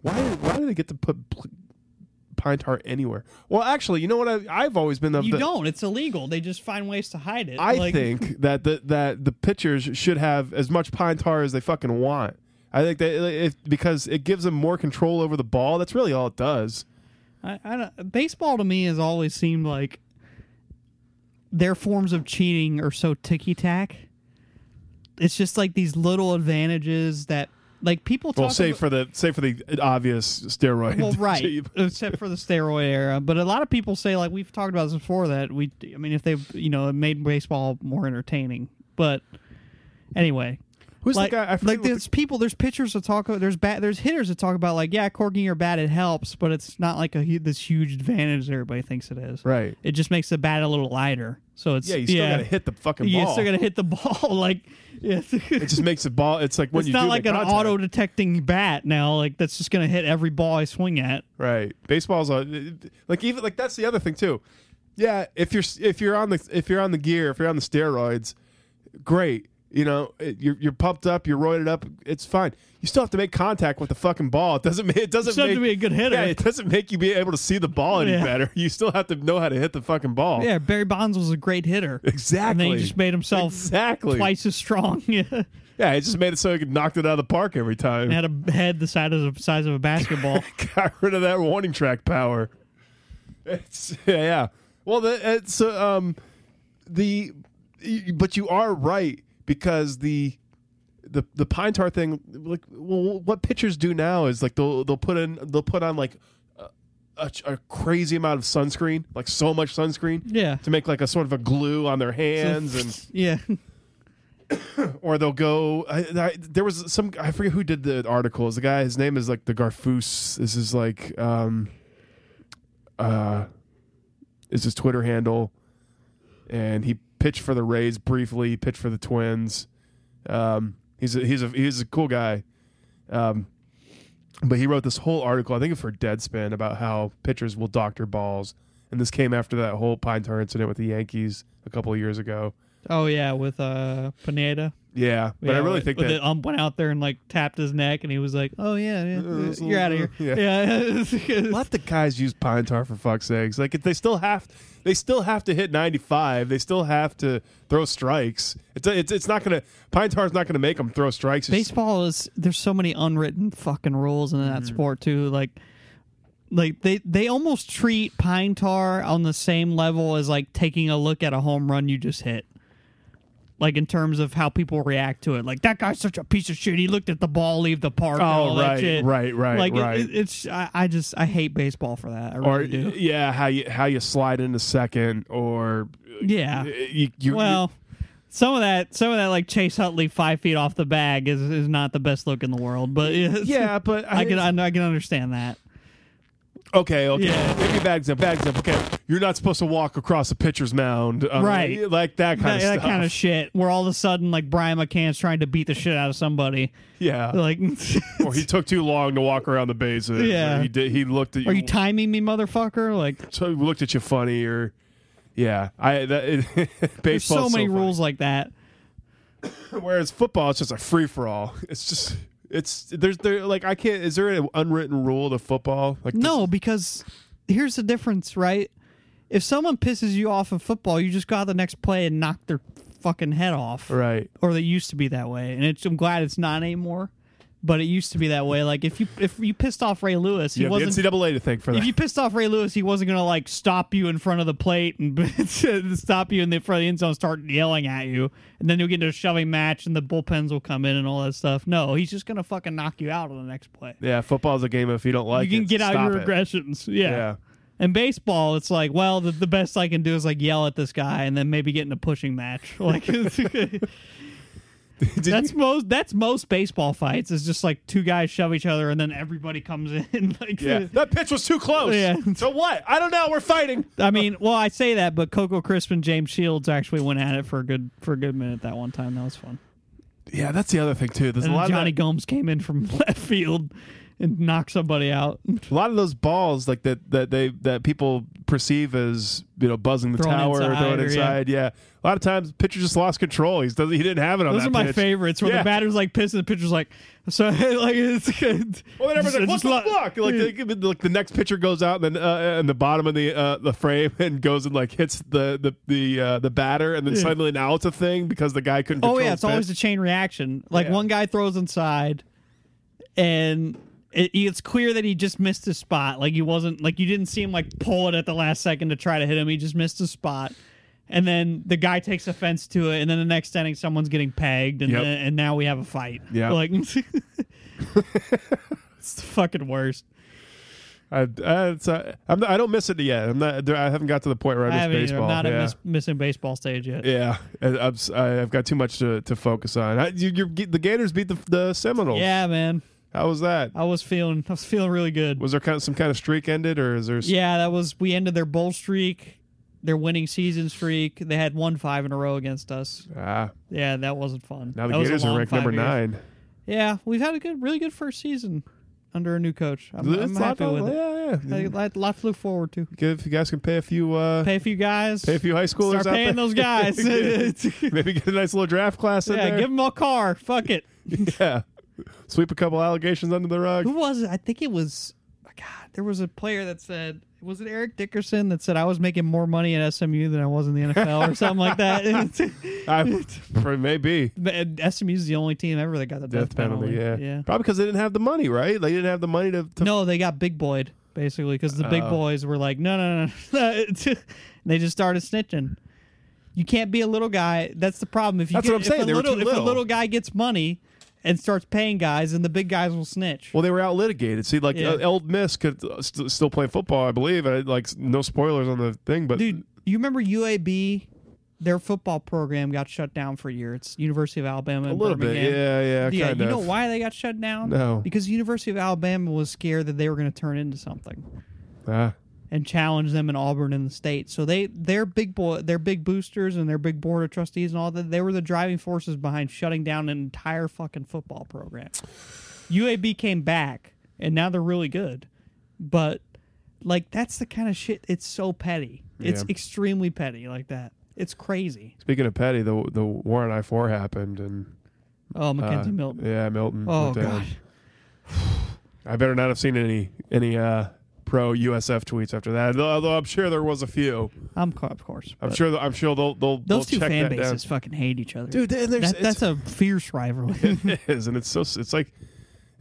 B: why why do they get to put pl- pine tar anywhere? Well, actually, you know what? I, I've always been of
C: You
B: the.
C: don't. It's illegal. They just find ways to hide it.
B: I
C: Like,
B: think
C: [LAUGHS]
B: that the that the pitchers should have as much pine tar as they fucking want. I think that if, because it gives them more control over the ball. That's really all it does.
C: I, I don't, baseball to me has always seemed like their forms of cheating are so ticky tack. It's just like these little advantages that, like, people talk.
B: Well, save
C: about-
B: for the save for the obvious steroid. [LAUGHS]
C: well, right,
B: cheap.
C: except for the steroid era. But a lot of people say, like, we've talked about this before. That we, I mean, if they, you know, it made baseball more entertaining. But anyway,
B: Who's
C: like,
B: the guy? I forget
C: like
B: what the-
C: there's people, there's pitchers that talk about, there's bat, there's hitters that talk about like, yeah, corking your bat it helps, but it's not like a hu- this huge advantage that everybody thinks it is.
B: Right.
C: It just makes the bat a little lighter, so it's
B: yeah, you still gotta hit the fucking ball.
C: You still gotta hit the [LAUGHS] ball, like yeah.
B: [LAUGHS] it just makes the ball. It's like when
C: [LAUGHS] it's
B: you
C: not
B: do
C: like
B: make
C: an
B: contact.
C: auto detecting bat now, like that's just gonna hit every ball I swing at.
B: Right. Baseball's a, like even like that's the other thing too. Yeah, if you're if you're on the if you're on the gear, if you're on the steroids, great. You know, it- you're you're pumped up, you're roided up. It's fine. You still have to make contact with the fucking ball. It doesn't. [LAUGHS] ma- It doesn't
C: still
B: make
C: have to be a good hitter.
B: Yeah, it doesn't make you be able to see the ball any
C: Yeah.
B: better. [LAUGHS] You still have to know how to hit the fucking ball.
C: Yeah, Barry Bonds was a great hitter. And
B: Oh. [LAUGHS] Exactly.
C: then he just made himself
B: Exactly.
C: twice as strong. [LAUGHS] Yeah.
B: Yeah, it just made it so he could knock it out of the park every time.
C: And had a head the size of size of a basketball.
B: got rid of that warning track power. It's yeah, yeah. Well, the, it's uh, um the y- but you are right because the the the pine tar thing like well, what pitchers do now is like they'll they'll put in they'll put on like a- a, a crazy amount of sunscreen, like so much sunscreen,
C: Yeah.
B: to make like a sort of a glue on their [LAUGHS] hands and
C: [LAUGHS] yeah.
B: or they'll go. I, I, there was some I forget who did the articles. The guy, his name is like the Garfus. This is like, um, uh, is his Twitter handle, and he pitched for the Rays briefly. Pitched for the Twins. Um, he's a, he's a he's a cool guy. Um, but he wrote this whole article, I think for Deadspin, about how pitchers will doctor balls. And this came after that whole pine tar incident with the Yankees a couple of years ago.
C: Oh yeah, with uh Pineda.
B: Yeah, but I
C: Yeah,
B: really
C: with-
B: think
C: with
B: that
C: the ump went out there and like tapped his neck, and he was like, "Oh yeah, yeah,
B: was a
C: you're out of here."
B: little-
C: Yeah, [LAUGHS]
B: let the guys use pine tar for fuck's sakes. Like if they still have, they still have to hit ninety five. They still have to throw strikes. It's it's it's not gonna pine tar's not gonna make them throw strikes. It's-
C: baseball is there's so many unwritten fucking rules in
B: Mm.
C: that sport too. Like, like they they almost treat pine tar on the same level as like taking a look at a home run you just hit. Like in terms of how people react to it, like that guy's such a piece of shit. He looked at the ball leave the park. and
B: Oh,
C: all that
B: right,
C: shit.
B: right, right,
C: Like it-
B: right.
C: it- it's I, I just I hate baseball for that. I really
B: or
C: do.
B: yeah, how you how you slide into second or uh,
C: Yeah.
B: you, you
C: well, some of that, some of that, like Chase Utley five feet off the bag is is not the best look in the world. But it's-
B: Yeah, but
C: I,
B: I-
C: can I, I can understand that.
B: Okay, okay.
C: Yeah.
B: Maybe bags up, bags up. Okay, you're not supposed to walk across a pitcher's mound, uh,
C: Right.
B: Like that kind
C: That,
B: of
C: that
B: stuff.
C: kind of shit, where all of a sudden, like Brian McCann's trying to beat the shit out of somebody,
B: [LAUGHS] yeah.
C: like, [LAUGHS]
B: or he took too long to walk around the bases. or
C: Yeah.
B: he did. He looked at you.
C: are you timing me, motherfucker? Like,
B: so- looked at you funny, or yeah. I that it, [LAUGHS]
C: there's
B: baseball's
C: so many
B: funny.
C: rules like that.
B: Whereas football, it's just a free for all. It's just it's there's there like I can't. Is there an unwritten rule to football? Like
C: No, because here's the difference, right? If someone pisses you off in football, you just go out the next play and knock their fucking head off.
B: Right.
C: Or they used to be that way. And it's, I'm glad it's not anymore. But it used to be that way. Like if you if you pissed off Ray Lewis, he
B: You have
C: wasn't
B: the NCAA to thank for that.
C: if you pissed off Ray Lewis, he wasn't gonna like stop you in front of the plate and [LAUGHS] stop you in the front of the end zone, and start yelling at you, and then you'll get into a shoving match, and the bullpens will come in and all that stuff. No, he's just gonna fucking knock you out on the next play
B: [LAUGHS] yeah, football's a game. If you don't like,
C: you can
B: it,
C: get out
B: stop
C: your
B: it. [LAUGHS]
C: aggressions. Yeah.
B: Yeah.
C: And baseball, it's like, well, the, the best I can do is like yell at this guy and then maybe get in a pushing match. [LAUGHS] Like [LAUGHS] that's most that's most baseball fights is just like two guys shove each other and then everybody comes [LAUGHS] in. Like
B: Yeah, that pitch was too close.
C: Yeah.
B: So what? I don't know. We're fighting.
C: I mean, well, I say that, but Coco Crisp and James Shields actually went at it for a good for a good minute that one time. That was fun.
B: Yeah, that's the other thing too. There's
C: And
B: a
C: then
B: lot
C: Johnny
B: of that-
C: Gomes came in from [LAUGHS] left field and knocked somebody out.
B: a lot of those balls like that that they that people perceive as you know buzzing the
C: Thrown
B: tower or
C: inside
B: throwing
C: or-
B: inside. Yeah. a lot of times pitcher just lost control. He's doesn't he didn't have it on
C: Those
B: that
C: are my
B: pitch.
C: favorites. Where
B: Yeah.
C: the batter's like pissed, and the pitcher's like, so [LAUGHS] like [LAUGHS] it's good.
B: Well, then everyone's like,
C: Just-
B: "What the
C: just
B: fuck?" Like, they, give it- like the next pitcher goes out and then uh, and the bottom of the uh, the frame [LAUGHS] and goes and like hits the the the uh, the batter and then suddenly now it's a thing because the guy couldn't.
C: Oh
B: control
C: yeah,
B: his
C: it's always
B: pitch.
C: the chain reaction. Like
B: Yeah.
C: one guy throws inside, and it, it's clear that he just missed his spot. Like he wasn't like you didn't see him like pull it at the last second to try to hit him. He just missed his spot. And then the guy takes offense to it, and then the next inning someone's getting pegged, and
B: Yep.
C: then, and now we have a fight.
B: Yep.
C: like [LAUGHS] it's the fucking worst.
B: I, I, it's, uh, I'm not, I don't miss it yet. I'm not. I haven't got to the point where I
C: I
B: miss
C: haven't either.
B: baseball.
C: I'm not
B: yeah.
C: at miss, missing baseball stage yet.
B: Yeah, I- I'm, s- I- I've got too much to, to focus on. I, you, you're, the Gators beat the, the Seminoles.
C: Yeah, Oh. man.
B: how was that?
C: I was feeling I was feeling really good.
B: Was there kind of, some kind of streak ended, or is there? s-
C: yeah, that was we ended their bowl streak, their winning season streak. They had won five in a row against us.
B: Ah,
C: Yeah, that wasn't fun.
B: now
C: That
B: the
C: was a
B: Gators are
C: long
B: ranked
C: five
B: number
C: years.
B: nine.
C: Yeah, we've had a good, really good first season under a new coach. I'm,
B: It's
C: I'm
B: not
C: happy
B: bad.
C: with it.
B: yeah, yeah.
C: A lot- lot to look forward to.
B: Give- if you guys can pay a few, uh,
C: Pay a few guys.
B: pay a few high schoolers.
C: Start
B: out
C: paying
B: there. [LAUGHS]
C: those guys. [LAUGHS] yeah,
B: Maybe get a nice little draft class in there.
C: give them a car.
B: [LAUGHS]
C: Fuck it.
B: yeah, sweep a couple allegations under the rug.
C: Who was it? I think it was. God, there was a player that said, was it Eric Dickerson that said I was making more money at SMU than I was in the NFL or something
B: [LAUGHS]
C: like that? [LAUGHS]
B: I, maybe.
C: But uh, SMU's the only team ever that got the
B: Death, penalty, yeah.
C: yeah.
B: Probably because they didn't have the money, right? They didn't have the money to, to
C: No, they got big boyed basically because the
B: Oh.
C: big boys were like, no, no, no, no. [LAUGHS] And they just started snitching. You can't be a little guy. That's the problem. If you
B: That's
C: get,
B: what I'm saying.
C: If a,
B: They were
C: little,
B: too
C: if a
B: little.
C: little guy gets money and starts paying guys, then the big guys will snitch.
B: Well, they were out litigated. See, like
C: Yeah.
B: uh, Old Miss could uh, st- still play football, I believe. I, like no spoilers on the thing, but
C: Dude, you remember UAB? Their football program got shut down for a year. It's University of Alabama.
B: a
C: in
B: little bit,
C: Birmingham.
B: yeah, yeah,
C: Yeah,
B: kind
C: you
B: of.
C: know why they got shut down?
B: No.
C: Because the University of Alabama was scared that they were going to turn into something.
B: Ah,
C: and challenge them in Auburn in the state. So they their big boy, their big boosters and their big board of trustees and all that. They were the driving forces behind shutting down an entire fucking football program. UAB came back and now they're really good, but like that's the kind of shit. It's so petty. It's
B: Yeah.
C: extremely petty like that. It's crazy.
B: speaking of petty, the the Warren I four happened, and
C: Oh, Mackenzie
B: Uh,
C: Milton.
B: Yeah, Milton.
C: Oh,
B: went down.
C: God.
B: I better not have seen any any uh, pro USF tweets after that. Although, although I'm sure there was a few.
C: I'm, co- of course.
B: I'm
C: but
B: sure. I'm sure they'll they'll
C: Those
B: they'll
C: two
B: check
C: fan
B: that down.
C: bases fucking hate each other.
B: Dude, and there's-
C: That- that's a
B: [LAUGHS]
C: fierce rivalry.
B: It is, and it's so it's like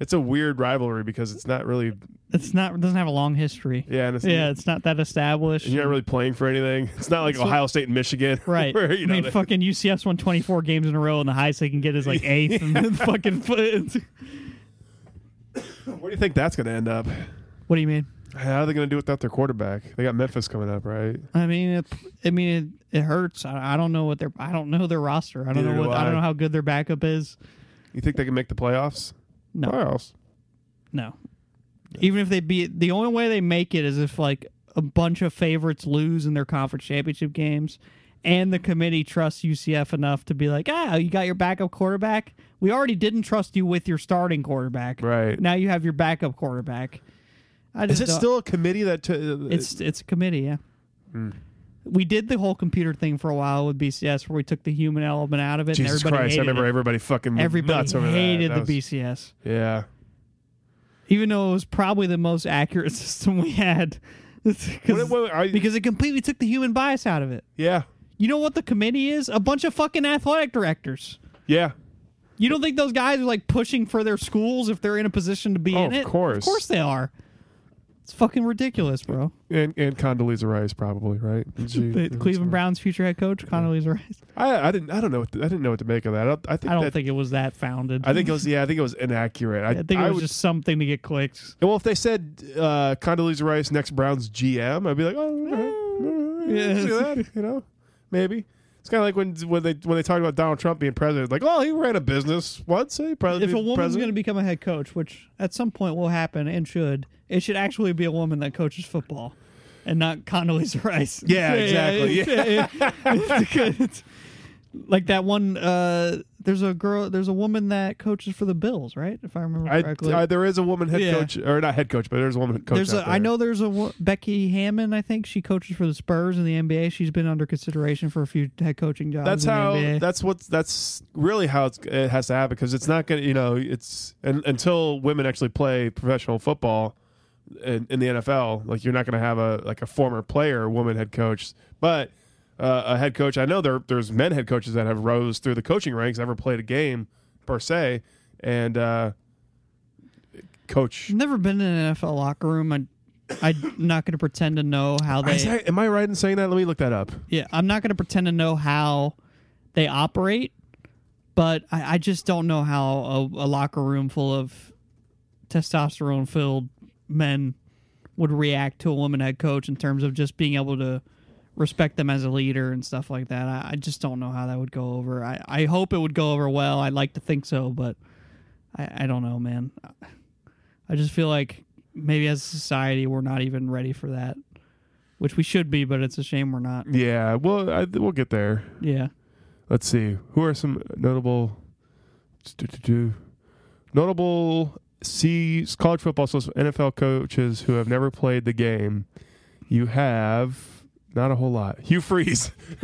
B: it's a weird rivalry because it's not really
C: it's not doesn't have a long history.
B: Yeah, and it's-
C: yeah, it's not that established.
B: you're not [LAUGHS] really playing for anything. It's not like Ohio State and Michigan, [LAUGHS]
C: Right.
B: where, you
C: I
B: know,
C: mean,
B: they-
C: fucking UCF's won 24 games in a row, and the highest they can get
B: [LAUGHS]
C: is like eighth. And then fucking, [LAUGHS]
B: where do you think that's going to end up?
C: what do you mean?
B: How are they going to do without their quarterback? They got Memphis coming up, right?
C: I mean, it, I mean, it, it hurts. I, I don't know what their, I don't know their roster. I don't
B: Neither
C: know what,
B: do
C: I. don't
B: I.
C: know how good their backup is.
B: You think they can make the playoffs?
C: No.
B: Playoffs.
C: No. Even if they beat, the only way they make it is if like a bunch of favorites lose in their conference championship games, and the committee trusts UCF enough to be like, ah, you got your backup quarterback. We already didn't trust you with your starting quarterback.
B: Right.
C: now, you have your backup quarterback. I
B: Is
C: just
B: it
C: don't-
B: still a committee that? T- uh, it's
C: It's it's a committee, yeah.
B: Hmm.
C: We did the whole computer thing for a while with BCS, where we took the human element out of it.
B: Jesus
C: and everybody
B: Christ! I
C: hated
B: remember
C: it.
B: everybody fucking went
C: everybody
B: nuts over that.
C: hated
B: That was-
C: the BCS,
B: Yeah.
C: even though it was probably the most accurate [LAUGHS] system we had, [LAUGHS] 'Cause-
B: What- what- I-
C: because it completely took the human bias out of it.
B: Yeah.
C: You know what the committee is? A bunch of fucking athletic directors.
B: Yeah.
C: You don't think those guys are like pushing for their schools if they're in a position to be
B: Oh,
C: in
B: of
C: it?
B: course.
C: of course they are. It's fucking ridiculous, bro.
B: And and Condoleezza Rice probably right. She-
C: [LAUGHS] The Cleveland Browns' future head coach, Connolly's right.
B: I, I didn't I don't know what to, I didn't know what to make of that. I, don't- I think
C: I don't
B: that-
C: think it was that founded.
B: I think it was yeah I think it was inaccurate. I,
C: I think it was
B: would-
C: just something to get clicks.
B: well if they said uh, Condoleezza Rice next Browns GM I'd be like oh all right, all
C: Mm,
B: right, I can see that, you know maybe it's kind of like when when they when they talk about Donald Trump being president like oh he ran a business once so he probably
C: If a woman's going to
B: president.
C: become a head coach, which at some point will happen and should, it should actually be a woman that coaches football and not Condoleezza [LAUGHS] Rice.
B: Yeah, exactly.
C: exactly. like that one. Uh, there's a girl. There's a woman that coaches for the Bills, right? If I remember correctly.
B: I, I, there is a woman head
C: Yeah.
B: coach or not head coach but there's a woman coach
C: there's
B: out
C: a. I
B: there.
C: know there's a wo- Becky Hammond. I think she coaches for the Spurs in the NBA. She's been under consideration for a few head coaching jobs.
B: that's
C: in the
B: how
C: NBA.
B: that's what's that's really how it's, it has to happen because it's not gonna you know it's and, until women actually play professional football in, in the NFL like you're not gonna have a like a former player woman head coach but uh, a head coach I know there there's men head coaches that have rose through the coaching ranks never played a game per se and uh, coach
C: I've never been in an NFL locker room. I, I'm not going to pretend to know how
B: Is
C: they.
B: that- am I right in saying that let me look that up
C: Yeah, I'm not going to pretend to know how they operate, but I, I just don't know how a, a locker room full of testosterone-filled men would react to a woman head coach in terms of just being able to respect them as a leader and stuff like that. I, I just don't know how that would go over. I, I hope it would go over well. I'd like to think so, but I, I don't know, man. I just feel like maybe as a society, we're not even ready for that, which we should be, but it's a shame we're not.
B: yeah well I, we'll get there
C: Yeah.
B: Let's see. Who are some notable notable C college football so NFL coaches who have never played the game? You have not a whole lot. Hugh Freeze. [LAUGHS]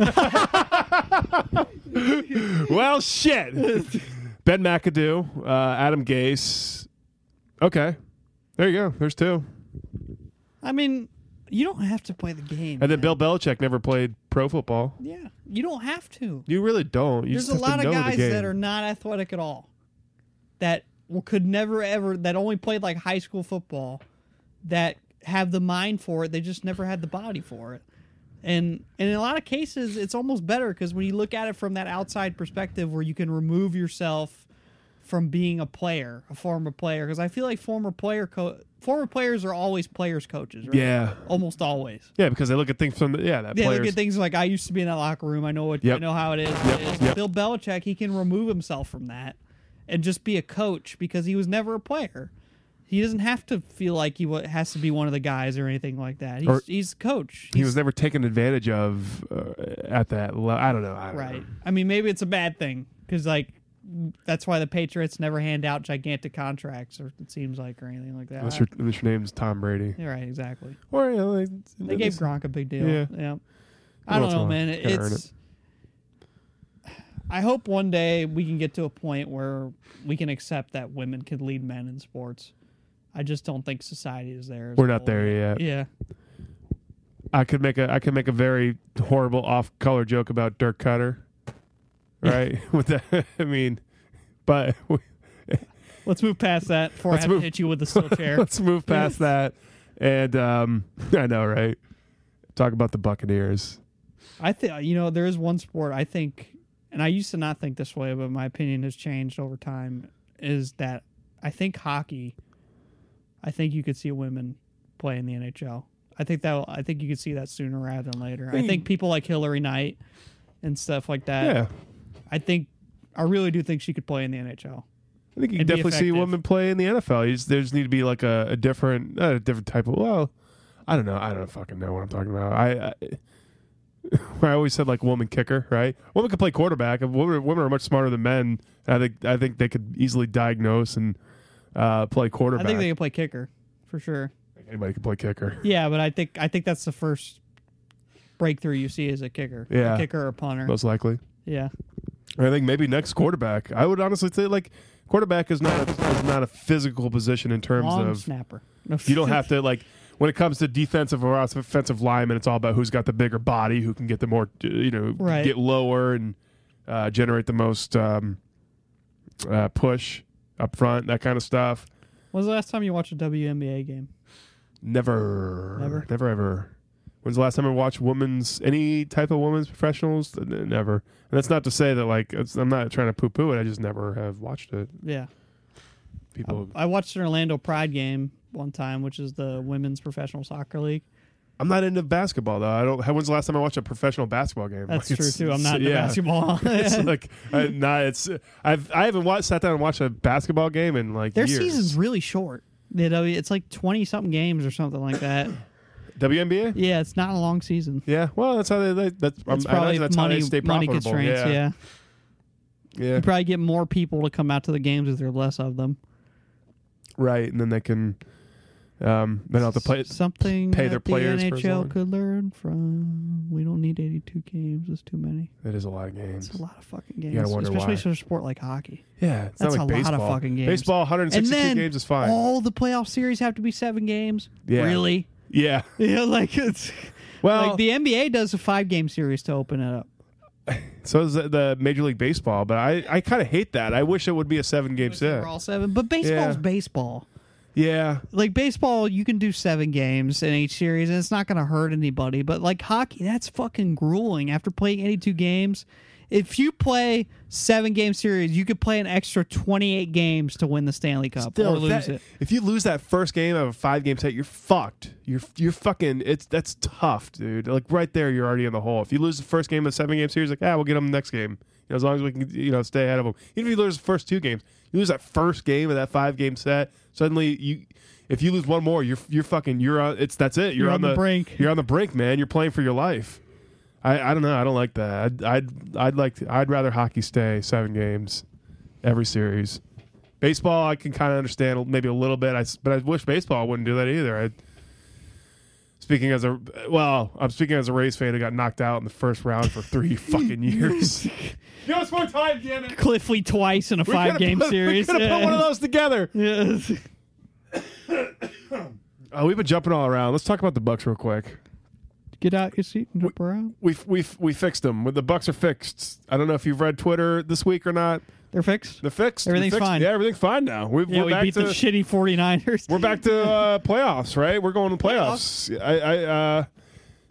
B: well, shit. Ben McAdoo, uh, Adam Gase. Okay, there you go. There's two.
C: I mean, you don't have to play the game.
B: And then Bill Belichick never played pro football.
C: Yeah. You don't have to.
B: You really don't. You
C: There's
B: just
C: a
B: have to
C: lot
B: know
C: of
B: the
C: guys
B: game.
C: that are not athletic at all that w- could never ever, that only played like high school football that have the mind for it. They just never had the body for it. And, and in a lot of cases, it's almost better because when you look at it from that outside perspective where you can remove yourself from being a player, a former player, because I feel like former player co- former players are always players coaches, right?
B: Yeah.
C: almost always.
B: Yeah, because they look at things from the, yeah that
C: Yeah,
B: players.
C: look at things like I used to be in that locker room. I know what I
B: Yep.
C: know how it is. It is.
B: Yep.
C: Bill Belichick, he can remove himself from that and just be a coach because he was never a player. He doesn't have to feel like he wa- has to be one of the guys or anything like that. He's,
B: Or-
C: he's a coach.
B: he
C: He's-
B: was never taken advantage of uh, at that level. I don't know. I don't
C: right.
B: know.
C: I mean, maybe it's a bad thing because like that's why the Patriots never hand out gigantic contracts or it seems like or anything like that.
B: Unless your, unless your name's Tom Brady.
C: Yeah, right, exactly.
B: Or, you know, like,
C: They gave Gronk a big deal.
B: Yeah.
C: Yeah. I
B: once in
C: don't
B: a
C: know,
B: while.
C: man. It-
B: Gotta earn
C: It's. I hope one day we can get to a point where we can accept that women can lead men in sports. I just don't think society is there. as a
B: We're not
C: whole.
B: there yet.
C: Yeah.
B: I could make a I could make a very horrible off color joke about Dirk
C: [LAUGHS]
B: Cutter, right? [LAUGHS] With that, I mean, but [LAUGHS] we-
C: Let's move past that before
B: Let's
C: I have
B: move-
C: to hit you
B: [LAUGHS]
C: with a steel chair.
B: let's move past that. And um, [LAUGHS] I know, right? Talk about the Buccaneers.
C: I think you know there is one sport I think, and I used to not think this way, but my opinion has changed over time. Is that I think hockey. I think you could see women play in the NHL. I think that I think you could see that sooner rather than later. I think people like Hillary Knight and stuff like that.
B: Yeah,
C: I think I really do think she could play in the NHL.
B: I think you can
C: And be
B: definitely see
C: effective.
B: women play in the NFL. You just, there just need to be like a, a different, not a different type of. Well, I don't know. I don't fucking know what I'm talking about. I, I, [LAUGHS] I always said like woman kicker, right? Women could play quarterback. and Women, women are much smarter than men. I think I think they could easily diagnose and uh, play
C: I
B: quarterback.
C: think they could play kicker for sure.
B: Anybody could play kicker.
C: Yeah, but I think I think that's the first breakthrough you see as a kicker.
B: Yeah.
C: a kicker or a punter.
B: Most likely.
C: Yeah.
B: I think maybe next quarterback. I would honestly say like quarterback is not a, is not a physical position in terms
C: Long
B: of
C: snapper. No, [LAUGHS]
B: You don't have to like when it comes to defensive or offensive linemen, it's all about who's got the bigger body, who can get the more uh, you know
C: Right.
B: get lower and uh, generate the most um, uh, push up front, that kind of stuff.
C: When's the last time you watched a WNBA game?
B: Never,
C: Never?
B: never, ever. When's the last time I watched women's any type of women's professionals? N- Never. And that's not to say that like it's, I'm not trying to poo poo it. I just never have watched it.
C: Yeah.
B: People,
C: I watched an Orlando Pride game one time, which is the women's professional
B: [LAUGHS]
C: soccer league.
B: I'm not into basketball though. I don't. When's the last time I watched a professional basketball game? [LAUGHS]
C: That's
B: Like,
C: true
B: it's-
C: too. I'm not into
B: yeah.
C: basketball.
B: [LAUGHS] it's like I, nah, it's I've I haven't watched sat down and watched a basketball game in like
C: [LAUGHS] Their
B: years.
C: season's really short. You know, it's like twenty something games or something
B: [LAUGHS]
C: like that.
B: WNBA. Yeah.
C: yeah, it's not a long season.
B: well, that's how they. they that's I'm-
C: It's
B: Um, I imagine
C: probably
B: that's how
C: money,
B: they stay
C: money
B: profitable.
C: constraints. Yeah.
B: yeah, Yeah.
C: you probably get more people to come out to the games if there are less of them.
B: right. And then they can, um, then have to play.
C: Something
B: pay their
C: that the
B: players for as long.
C: NHL could learn from. We don't need eighty-two games. It's too many.
B: It is a lot of games.
C: It's a lot of fucking games,
B: gotta wonder
C: especially
B: why.
C: for a sport like hockey.
B: Yeah, it's
C: That's
B: not like
C: a lot of
B: baseball.
C: fucking games.
B: Baseball, 162 games is fine.
C: All the playoff series have to be seven games.
B: Yeah.
C: Really? [LAUGHS]
B: yeah.
C: Yeah, like it's
B: Well,
C: like the NBA does a five game series to open it up.
B: so is the, the Major League Baseball, but I, I kind of hate that. I wish it would be a seven game set.
C: For all seven. But baseball's
B: Yeah.
C: baseball.
B: Yeah,
C: Like baseball, you can do seven games in each series and it's not gonna hurt anybody. But like hockey, that's fucking grueling. After playing eighty two games, if you play seven game series, you could play an extra twenty eight games to win the Stanley Cup
B: Still,
C: or
B: if
C: lose
B: that-
C: it.
B: If you lose that first game of a five game set, you're fucked. You're you're fucking. It's that's tough, dude. Like right there, you're already in the hole. If you lose the first game of a seven game series, like ah, we'll get them the next game. You know, as long as we can, you know, stay ahead of them. Even if you lose the first two games, you lose that first game of that five game set. Suddenly, you if you lose one more, you're you're fucking. You're on. It's that's it. You're,
C: You're on the brink.
B: You're on the brink, man. You're playing for your life. I, I don't know. I don't like that. I'd I'd, I'd like. To, I'd rather hockey stay seven games, every series. Baseball, I can kind of understand maybe a little bit. I s- but I wish baseball wouldn't do that either. I, speaking as a well, I'm speaking as a Rays fan who got knocked out in the first round for three [LAUGHS] fucking [LAUGHS] years. Just one time, damn [LAUGHS] it!
C: Cliffley twice in a
B: We
C: five
B: coulda
C: game
B: put-
C: series.
B: We could have put one of
C: Yeah.
B: those together.
C: Yes.
B: Oh, we've been jumping all around. Let's talk about the Bucks real quick.
C: Get out your seat and jump around.
B: We we we fixed them. The Bucks are fixed. I don't know if you've read Twitter this week or not.
C: They're fixed.
B: They're fixed. We
C: Everything's
B: fixed-
C: fine.
B: Yeah, everything's fine now. We've,
C: yeah,
B: we're
C: we
B: back
C: beat
B: to
C: the shitty 49ers.
B: we're back to uh, playoffs, right? We're going to playoffs. I, I uh,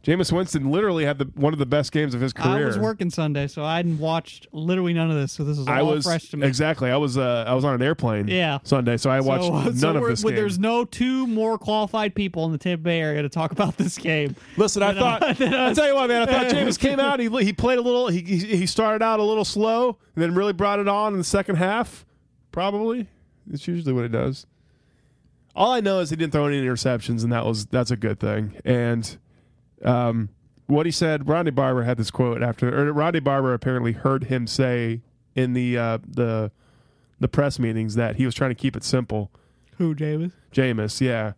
B: Jameis Winston literally had the one of the best games of his
C: I
B: career.
C: was working Sunday, so I hadn't watched literally none of this. So this is all
B: I was-
C: fresh to me.
B: exactly. I was uh, I was on an airplane.
C: Yeah.
B: Sunday, so I watched
C: so,
B: none
C: [LAUGHS] so
B: of
C: we're-
B: this
C: well,
B: game.
C: There's no two more qualified people in the Tampa Bay area to talk about this game.
B: Listen, I
C: [LAUGHS]
B: thought I tell you what, man. I thought Jameis came out. He he played a little. He he he started out a little slow, and then really brought it on in the second half. Probably it's usually what it does. All I know is he didn't throw any interceptions, and that was that's a good thing. And um, what he said, Rodney Barber had this quote after, or Rodney Barber apparently heard him say in the uh, the the press meetings that he was trying to keep it simple.
C: Who, James?
B: Jameis, yeah.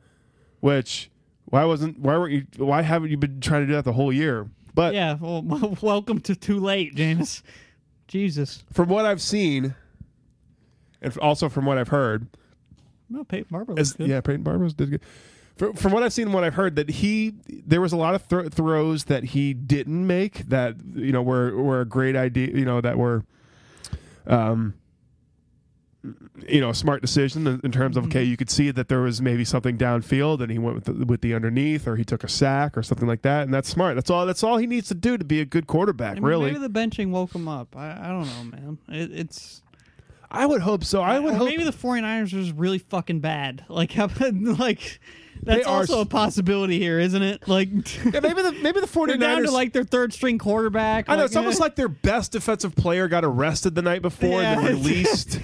B: Which why wasn't why weren't you why Uh,
C: [LAUGHS]
B: haven't you been trying to do that the whole year? But
C: Yeah, well, welcome to too late, James. Jesus.
B: From what I've seen, and f- also from what I've heard,
C: Well, Peyton Barber looks
B: as,
C: good.
B: yeah, Peyton Barber did good. From, from what I've seen, and what I've heard, that he there was a lot of thro- throws that he didn't make that you know were were a great idea, you know that were, um, you know, a smart decision in, in terms of okay,
C: Mm-hmm.
B: you could see that there was maybe something downfield, and he went with the, with the underneath, or he took a sack or something like that, and that's smart. That's all. That's all he needs to do to be a good quarterback.
C: I mean,
B: really,
C: Maybe the benching woke him up. I, I don't know, man. It, it's
B: I would hope so. I would
C: or
B: hope
C: maybe the 49ers are just really fucking bad. [LAUGHS] Like, how, like that's
B: are
C: also
B: s-
C: a possibility here, isn't it? Like, [LAUGHS]
B: Yeah, maybe the maybe the 49ers
C: they're down to like their third string quarterback.
B: I know it's almost
C: eh.
B: like their best defensive player got arrested the night before and
C: Yeah. [LAUGHS]
B: then released.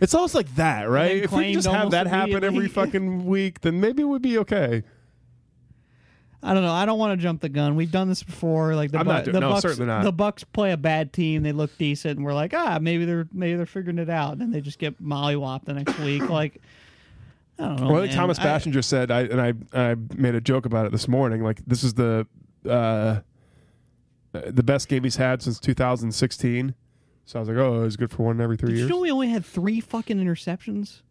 B: it's almost like that,
C: then
B: right? If we
C: claimed
B: could just have
C: almost
B: that happen every
C: immediately.
B: fucking week, then maybe it would be okay.
C: I don't know. I don't want to jump the gun. We've done this before. Like the,
B: I'm
C: Bu-
B: not doing-
C: the
B: no,
C: Bucks,
B: certainly not.
C: The Bucks play a bad team. They look decent, and we're like, ah, maybe they're maybe they're figuring it out. And they just get mollywopped the
B: [COUGHS]
C: next week. Like, I don't know.
B: well, I think
C: Oh, man.
B: Thomas
C: I-
B: Passenger said, I and I I made a joke about it this morning. Like this is the uh, the best game he's had since 2016. So I was like, oh, it was good for one every three
C: Did you
B: years.
C: know we only had three fucking interceptions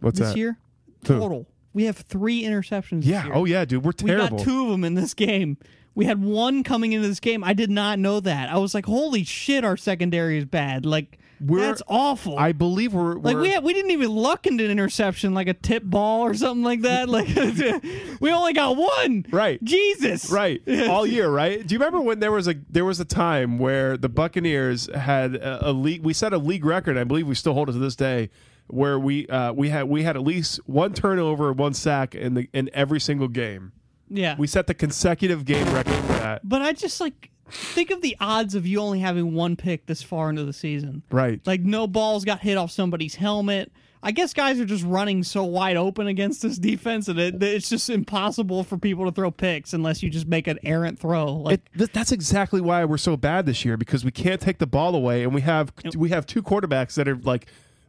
B: What's
C: this
B: that?
C: year?
B: Two.
C: Total. We have three interceptions. This
B: Yeah.
C: year.
B: Oh yeah, dude, we're
C: We
B: terrible.
C: got two of them in this game. We had one coming into this game. I did not know that. I was like, holy shit, our secondary is bad. Like,
B: We're-
C: that's awful.
B: I believe we're,
C: like
B: we're-
C: we had, we didn't even luck into an interception, like a tip ball or something like that. Like [LAUGHS] we only got one.
B: Right.
C: Jesus.
B: right all year right do you remember when there was a there was a time where the buccaneers had a, a league we set a league record i believe we still hold it to this day where we uh, we had we had at least one turnover and one sack in the in every single game
C: Yeah.
B: we set the consecutive game record for that
C: but I just like think of the odds of you only having one pick this far into the season.
B: right
C: Like no balls got hit off somebody's helmet. I guess guys are just running so wide open against this defense that it, that it's just impossible for people to throw picks unless you just make an errant throw. Like
B: it, th- that's exactly why we're so bad this year because we can't take the ball away, and we have we have two quarterbacks that are like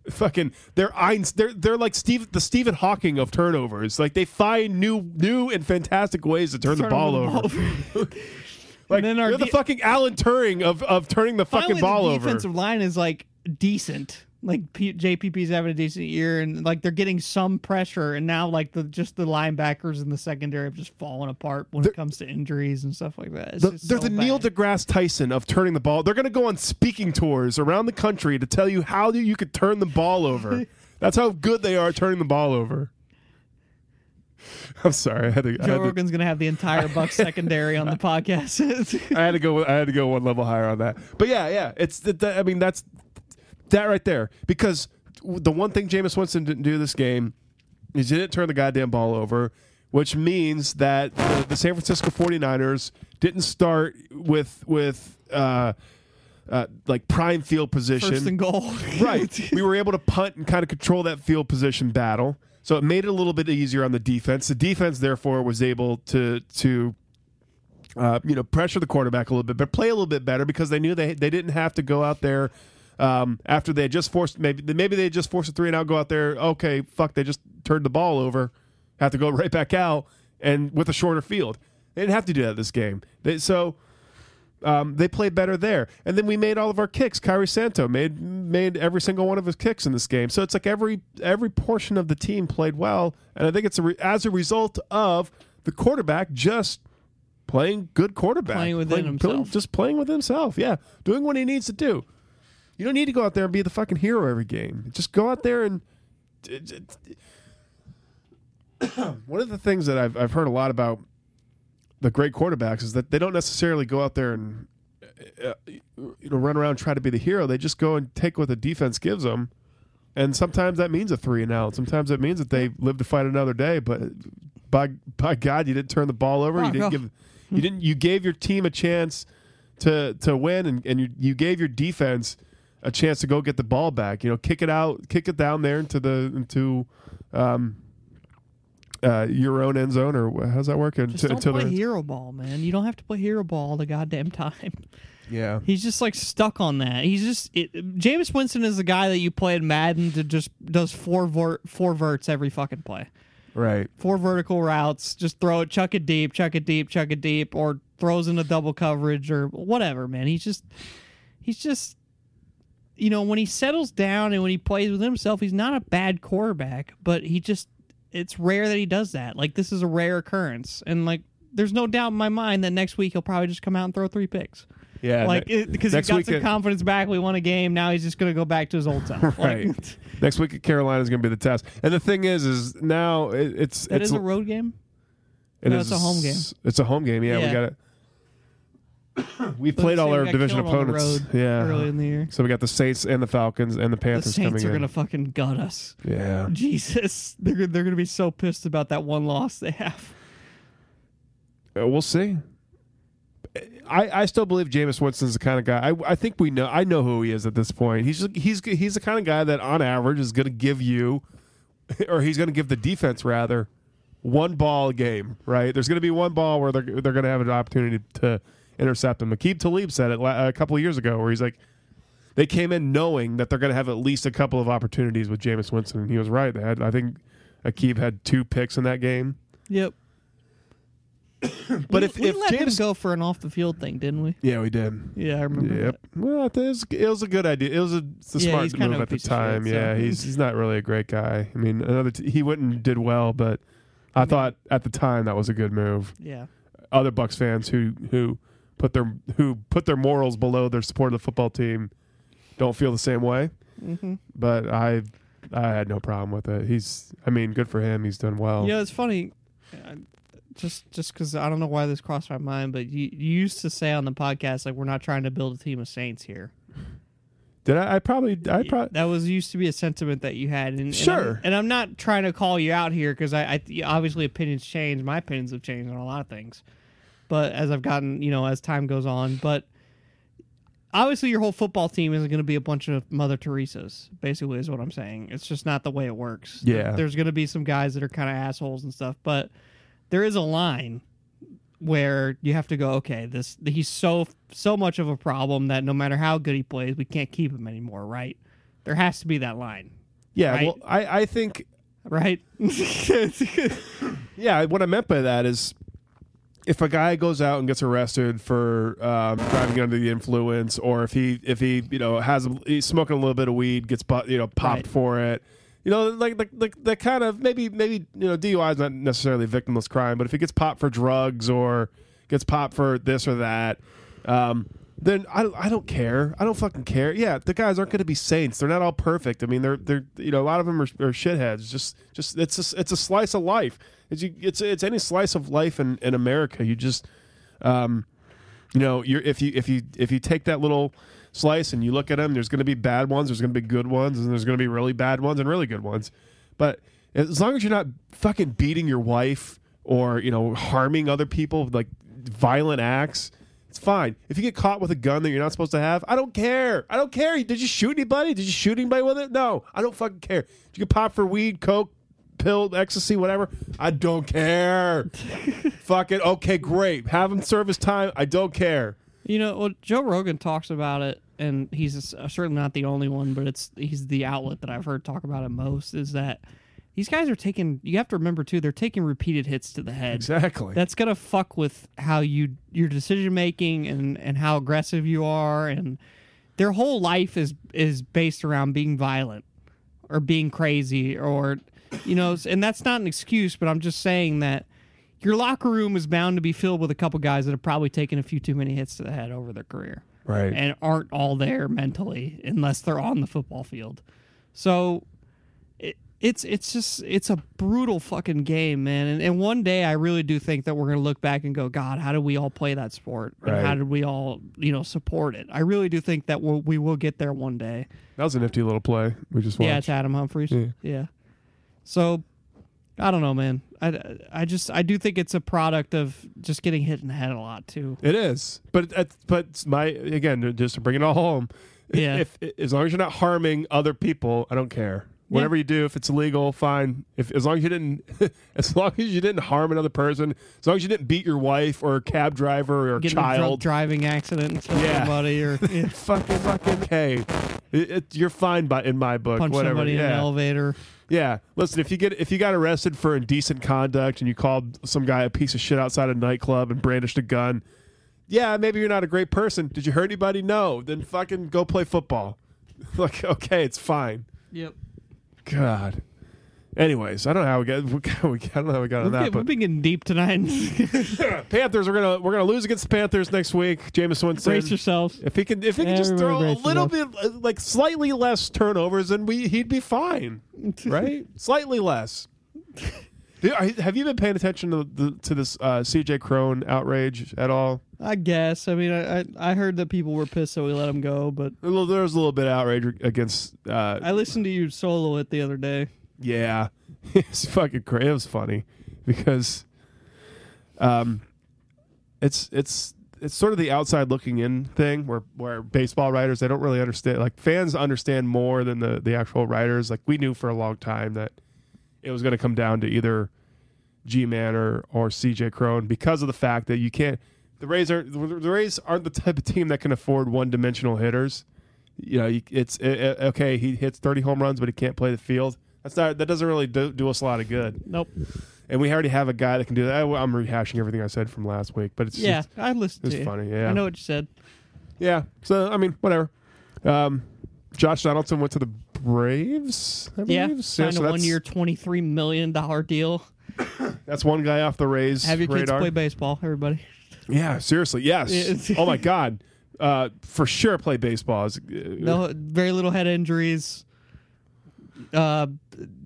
B: fucking they're Einst- they're they're like Steve the Stephen Hawking of turnovers. Like they find new new and fantastic ways to turn, the
C: turn
B: ball
C: the
B: over.
C: ball over.
B: Like
C: And then our
B: you're the
C: de-
B: fucking Alan Turing of of turning the fucking
C: Finally,
B: ball
C: the
B: over.
C: defensive line is like decent. Like P- JPP's having a decent year, and like they're getting some pressure, and now like the just the linebackers and the secondary have just fallen apart when it comes to injuries and stuff like that. It's
B: The-
C: just
B: they're
C: so
B: the Neil
C: bad.
B: deGrasse Tyson of turning the ball. They're going to go on speaking tours around the country to tell you how you could turn the ball
C: [LAUGHS]
B: over. That's how good they are at turning the ball over. I'm sorry. I had to. I
C: Joe
B: had to-
C: Rogan's gonna have the entire Buck
B: [LAUGHS]
C: secondary on the podcast. [LAUGHS]
B: I had to go. I had to go one level higher on that. But yeah, yeah. It's the, the- I mean, that's that right there. Because the one thing Jameis Winston didn't do this game is he didn't turn the goddamn ball over, which means that the, the San Francisco 49ers didn't start with with uh, uh, like prime field position.
C: First and goal. [LAUGHS]
B: Right. we were able to punt and kind of control that field position battle. So it made it a little bit easier on the defense. The defense, therefore, was able to to uh, you know pressure the quarterback a little bit, but play a little bit better because they knew they they didn't have to go out there um, after they had just forced maybe maybe they had just forced a three and out. Go out there, okay, fuck, they just turned the ball over, have to go [LAUGHS] right back out and with a shorter field. They didn't have to do that this game. They, so um, they played better there. And then we made all of our kicks. Kyrie Santo made made every single one of his kicks in this game. So it's like every every portion of the team played well, and I think it's a re- as a result of the quarterback just playing good quarterback,
C: Playing within himself.
B: just playing with himself. Yeah, doing what he needs to do. You don't need to go out there and be the fucking hero every game. Just go out there and. [COUGHS] One of the things that I've, I've heard a lot about the great quarterbacks is that they don't necessarily go out there and uh, you know run around and try to be the hero. They just go and take what the defense gives them, and sometimes that means a three and out. Sometimes that means that they live to fight another day. But by by God, you didn't turn the ball over. You
C: Fuck
B: didn't
C: off.
B: give you didn't you gave your team a chance to to win, and, and you you gave your defense a chance to go get the ball back. You know, kick it out, kick it down there into the into. Um, uh, your own end zone, or how's that working?
C: Just don't play hero ball, man. You don't have to play hero ball all the goddamn time. [LAUGHS]
B: yeah,
C: He's just like stuck on that. He's just it, James Winston is the guy that you play in Madden that just does four ver- four verts every fucking play.
B: right.
C: Four vertical routes, just throw it, chuck it deep, chuck it deep, chuck it deep, or throws into double coverage or whatever. Man, he's just he's just, you know, when he settles down and when he plays with himself, he's not a bad quarterback, but he just, it's rare that he does that. Like, this is a rare occurrence. And, like, there's no doubt in my mind that next week he'll probably just come out and throw three picks.
B: Yeah,
C: Like,
B: ne-
C: it- because he's
B: next
C: got
B: week
C: some
B: it-
C: confidence back. We won a game. Now he's just going to go back to his
B: [LAUGHS]
C: old self. Like,
B: Right. Next week at Carolina is going to be the test. And the thing is, is now it, it's
C: that
B: it's
C: is a road game.
B: it
C: no,
B: is
C: it's a home
B: s- It's a home game. Yeah,
C: Yeah.
B: we got
C: [COUGHS]
B: it. we
C: But
B: played
C: say
B: all
C: we
B: our
C: got
B: division
C: killed on the
B: opponents.
C: road
B: yeah,
C: early in the year.
B: So we got the Saints and the Falcons and the
C: The
B: Panthers
C: Saints are
B: coming
C: going to
B: in.
C: fucking gut us. [LAUGHS]
B: yeah,
C: Jesus, they're gonna- they're gonna be so pissed about that one loss they have.
B: Uh, we'll see. I, I still believe Jameis Winston's the kind of guy. I, I think we know. I know who he is at this point. He's just, he's he's the kind of guy that on average is going to give you, [LAUGHS] or he's going to give the defense rather, one ball a game. Right? There's going to be one ball where they're they're going to have an opportunity to intercept him. Akib Talib said it la- a couple of years ago, where he's like, they came in knowing that they're going to have at least a couple of opportunities with Jameis Winston, and he was right. They had I think Akib had two picks in that game.
C: Yep.
B: [COUGHS] But
C: we,
B: if
C: we
B: if
C: let him
B: Jameis
C: go for an off the field thing, didn't we?
B: yeah, we did.
C: Yeah, I remember. [LAUGHS]
B: Yep. Well, it was, it was a good idea. It was a, it's a
C: Yeah,
B: smart
C: he's kind
B: move
C: of a
B: at the
C: piece of
B: time.
C: shit, so.
B: yeah, he's he's not really a great guy. I mean, another t- he went and did well, but I thought at the time that was a good move.
C: Yeah.
B: Other Bucks fans who who put their who put their morals below their support of the football team don't feel the same way.
C: Mm-hmm.
B: But I I had no problem with it. He's I mean, good for him. He's done well.
C: You know, it's funny. I- Just just because I don't know why this crossed my mind, but you, you used to say on the podcast like we're not trying to build a team of saints here.
B: Did I? I probably I probably
C: That was used to be a sentiment that you had. And, and I'm-
B: Sure.
C: And I'm, not trying to call you out here because I, I obviously opinions change. My opinions have changed on a lot of things, but as I've gotten, you know, as time goes on, but obviously your whole football team isn't going to be a bunch of Mother Teresa's. Basically, is what I'm saying. It's just not the way it works.
B: Yeah.
C: There's going to be some guys that are kind of assholes and stuff, but there is a line where you have to go okay this he's so so much of a problem that no matter how good he plays we can't keep him anymore right there has to be that line
B: yeah.
C: right.
B: Well, I I think
C: right [LAUGHS]
B: Yeah, what I meant by that is if a guy goes out and gets arrested for um, driving under the influence, or if he if he you know has he's smoking a little bit of weed, gets bu- you know popped
C: Right.
B: for it. You know, like like like that kind of maybe maybe you know DUI is not necessarily a victimless crime, but if he gets popped for drugs or gets popped for this or that, um, then I, I don't care. I don't fucking care. Yeah, the guys aren't going to be saints. They're not all perfect. I mean, they're they're you know a lot of them are, are shitheads. Just just it's a, it's a slice of life. It's you, it's it's any slice of life in, in America. You just um, you know, you're if you if you if you take that little slice and you look at them, there's going to be bad ones, there's going to be good ones, and there's going to be really bad ones and really good ones. But as long as you're not fucking beating your wife or you know harming other people with, like violent acts, it's fine. If you get caught with a gun that you're not supposed to have, I don't care. I don't care. Did you shoot anybody? Did you shoot anybody with it? No, I don't fucking care. Did you get popped for weed, coke, pill, ecstasy, whatever? I don't care. Fuck it. Okay, great. Have him serve his time. I don't care.
C: You know, well, Joe Rogan talks about it, and he's uh, certainly not the only one, but it's he's the outlet that I've heard talk about it most. Is that these guys are taking? You have to remember too, they're taking repeated hits to the head.
B: Exactly.
C: That's gonna fuck with how you your decision making and and how aggressive you are, and their whole life is is based around being violent or being crazy or you know, and that's not an excuse, but I'm just saying that your locker room is bound to be filled with a couple guys that have probably taken a few too many hits to the head over their career.
B: Right.
C: And aren't all there mentally unless they're on the football field. So it, it's it's just it's a brutal fucking game, man. And, and one day I really do think that we're gonna look back and go, God, how did we all play that sport? And
B: Right.
C: how did we all you know support it? I really do think that we'll, we will get there one day.
B: That was a nifty little play we just watched.
C: Yeah, it's Adam Humphries. Yeah. So I don't know, man. I, I just I do think it's a product of just getting hit in the head a lot too.
B: It is, but at, but my again, just to bring it all home.
C: Yeah.
B: If as long as you're not harming other people, I don't care. Whatever you do, if it's illegal, fine. If as long as you didn't, [LAUGHS] as long as you didn't harm another person, as long as you didn't beat your wife or a cab driver or a
C: Getting in a drunk
B: child,
C: driving accident and kill
B: Yeah.
C: somebody or
B: [LAUGHS]
C: yeah,
B: fucking fucking hey, it, it, you're fine. By in my book,
C: punch
B: whatever.
C: somebody
B: yeah.
C: in an elevator.
B: Yeah, listen. If you get if you got arrested for indecent conduct and you called some guy a piece of shit outside a nightclub and brandished a gun, yeah, maybe you're not a great person. Did you hurt anybody? No. Then fucking go play football. [LAUGHS] like, okay, it's fine.
C: Yep.
B: God. Anyways, I don't know how we got. We, [LAUGHS] I don't know how we got on that.
C: We've
B: But
C: been getting deep [LAUGHS] tonight.
B: Panthers, we're gonna we're gonna lose against the Panthers next week. Jameis Winston.
C: Brace yourselves.
B: If he can, if he can just
C: Everybody
B: throw a
C: brace
B: little bit, uh, like slightly less turnovers, then we he'd be fine, [LAUGHS] right? slightly less. Dude, are- have you been paying attention to the, to this uh, CJ Crone outrage at all?
C: I guess. I mean, I, I I heard that people were pissed that we let him go, but
B: A little- There was a little bit of outrage against. Uh,
C: I listened to you solo it the other day.
B: yeah, [LAUGHS] it's fucking crazy. It was funny because, um, it's it's it's sort of the outside looking in thing where where baseball writers they don't really understand. Like fans understand more than the the actual writers. Like we knew for a long time that it was going to come down to either G Man or or CJ Crone because of the fact that you can't. The Rays aren't the the Rays aren't the type of team that can afford one dimensional hitters. You know, you, it's uh, uh, okay. He hits thirty home runs, but he can't play the field. That's not that doesn't really do, do us a lot of good.
C: Nope.
B: And we already have a guy that can do that. I, am rehashing everything I said from last week, but it's
C: Yeah,
B: just,
C: I listened
B: it's
C: to you.
B: funny, yeah.
C: I know what you said.
B: yeah. So I mean, whatever. Um, Josh Donaldson went to the Braves. I
C: Yeah,
B: believe.
C: signed
B: so
C: a
B: that's-
C: one-year, twenty-three million dollar deal.
B: That's one guy off the Rays.
C: Have your kids
B: radar.
C: play baseball, everybody.
B: Yeah, seriously, yes.
C: Yeah.
B: oh my god, uh, for sure, play baseball.
C: [LAUGHS]
B: Is, uh,
C: No, very little head injuries. Uh,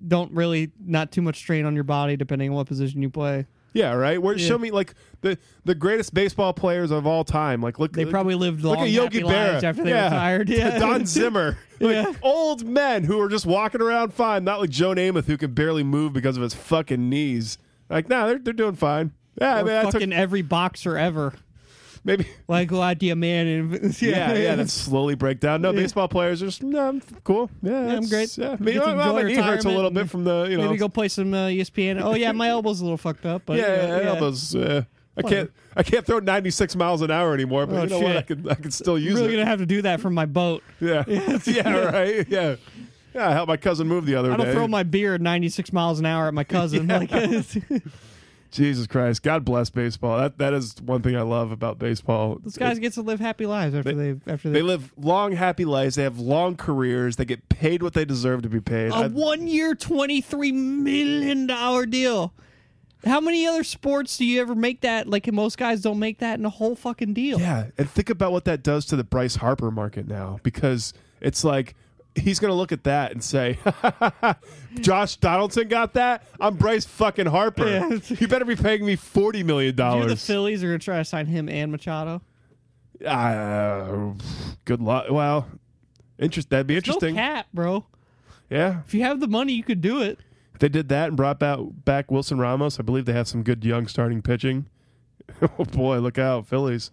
C: don't really, not too much strain on your body, depending on what position you play.
B: yeah, right. Where show me like the the greatest baseball players of all time. Like look,
C: They
B: look-
C: probably lived
B: look
C: long,
B: at Yogi
C: happy lives
B: Berra
C: after they
B: yeah.
C: retired.
B: [LAUGHS]
C: Yeah,
B: Don Zimmer, like
C: [LAUGHS] Yeah.
B: old men who are just walking around fine, not like Joe Namath who can barely move because of his fucking knees. Like, nah, they're they're doing fine. Yeah, I
C: Or
B: mean, I took
C: fucking every boxer ever. [LAUGHS]
B: maybe. [LAUGHS]
C: Like, well, idea, man. And, [LAUGHS]
B: Yeah, yeah, that's slowly break down. No, baseball players are just, no, I'm cool. Yeah,
C: I'm
B: that's-
C: great.
B: Yeah,
C: You
B: me,
C: get
B: my,
C: to
B: my
C: enjoy
B: knee hurts a
C: retirement
B: little bit
C: and
B: from the, you know,
C: Maybe go play some uh, ESPN. Oh yeah, my [LAUGHS] elbow's a little fucked up, but
B: yeah,
C: uh,
B: yeah, elbows. Uh, I
C: Whatever.
B: can't. I can't throw 96 miles an hour anymore. But
C: Oh,
B: you know what?
C: shit.
B: I can. I can still
C: I'm
B: use
C: really
B: it.
C: gonna have to do that from my boat. [LAUGHS]
B: yeah. yeah. Right. Yeah. Yeah. I helped my cousin move the other
C: I don't
B: day.
C: throw my beer at 96 miles an hour at
B: [LAUGHS]
C: my cousin. Like, [LAUGHS] those
B: Jesus Christ. God bless baseball. That that is one thing I love about baseball.
C: guys get to live happy lives after they, after
B: They live long, happy lives. They have long careers. They get paid what they deserve to be paid.
C: a
B: I-
C: one year, 23 million dollar deal. How many other sports do you ever make that? Like most guys don't make that in a whole fucking deal.
B: Yeah, and think about what that does to the Bryce Harper market now because it's like he's going to look at that and say, [LAUGHS] "Josh Donaldson got that. I'm Bryce fucking Harper.
C: Yeah.
B: You better be paying me 40 million
C: You know the
B: dollars."
C: Phillies are gonna try to sign him and Machado.
B: Uh, good luck. Well, interest that'd be
C: No
B: interesting.
C: cap, bro.
B: yeah.
C: If you have the money, you could do it.
B: They did that and brought back, back Wilson Ramos. I believe they have some good young starting pitching. [LAUGHS] oh boy, look out, Phillies.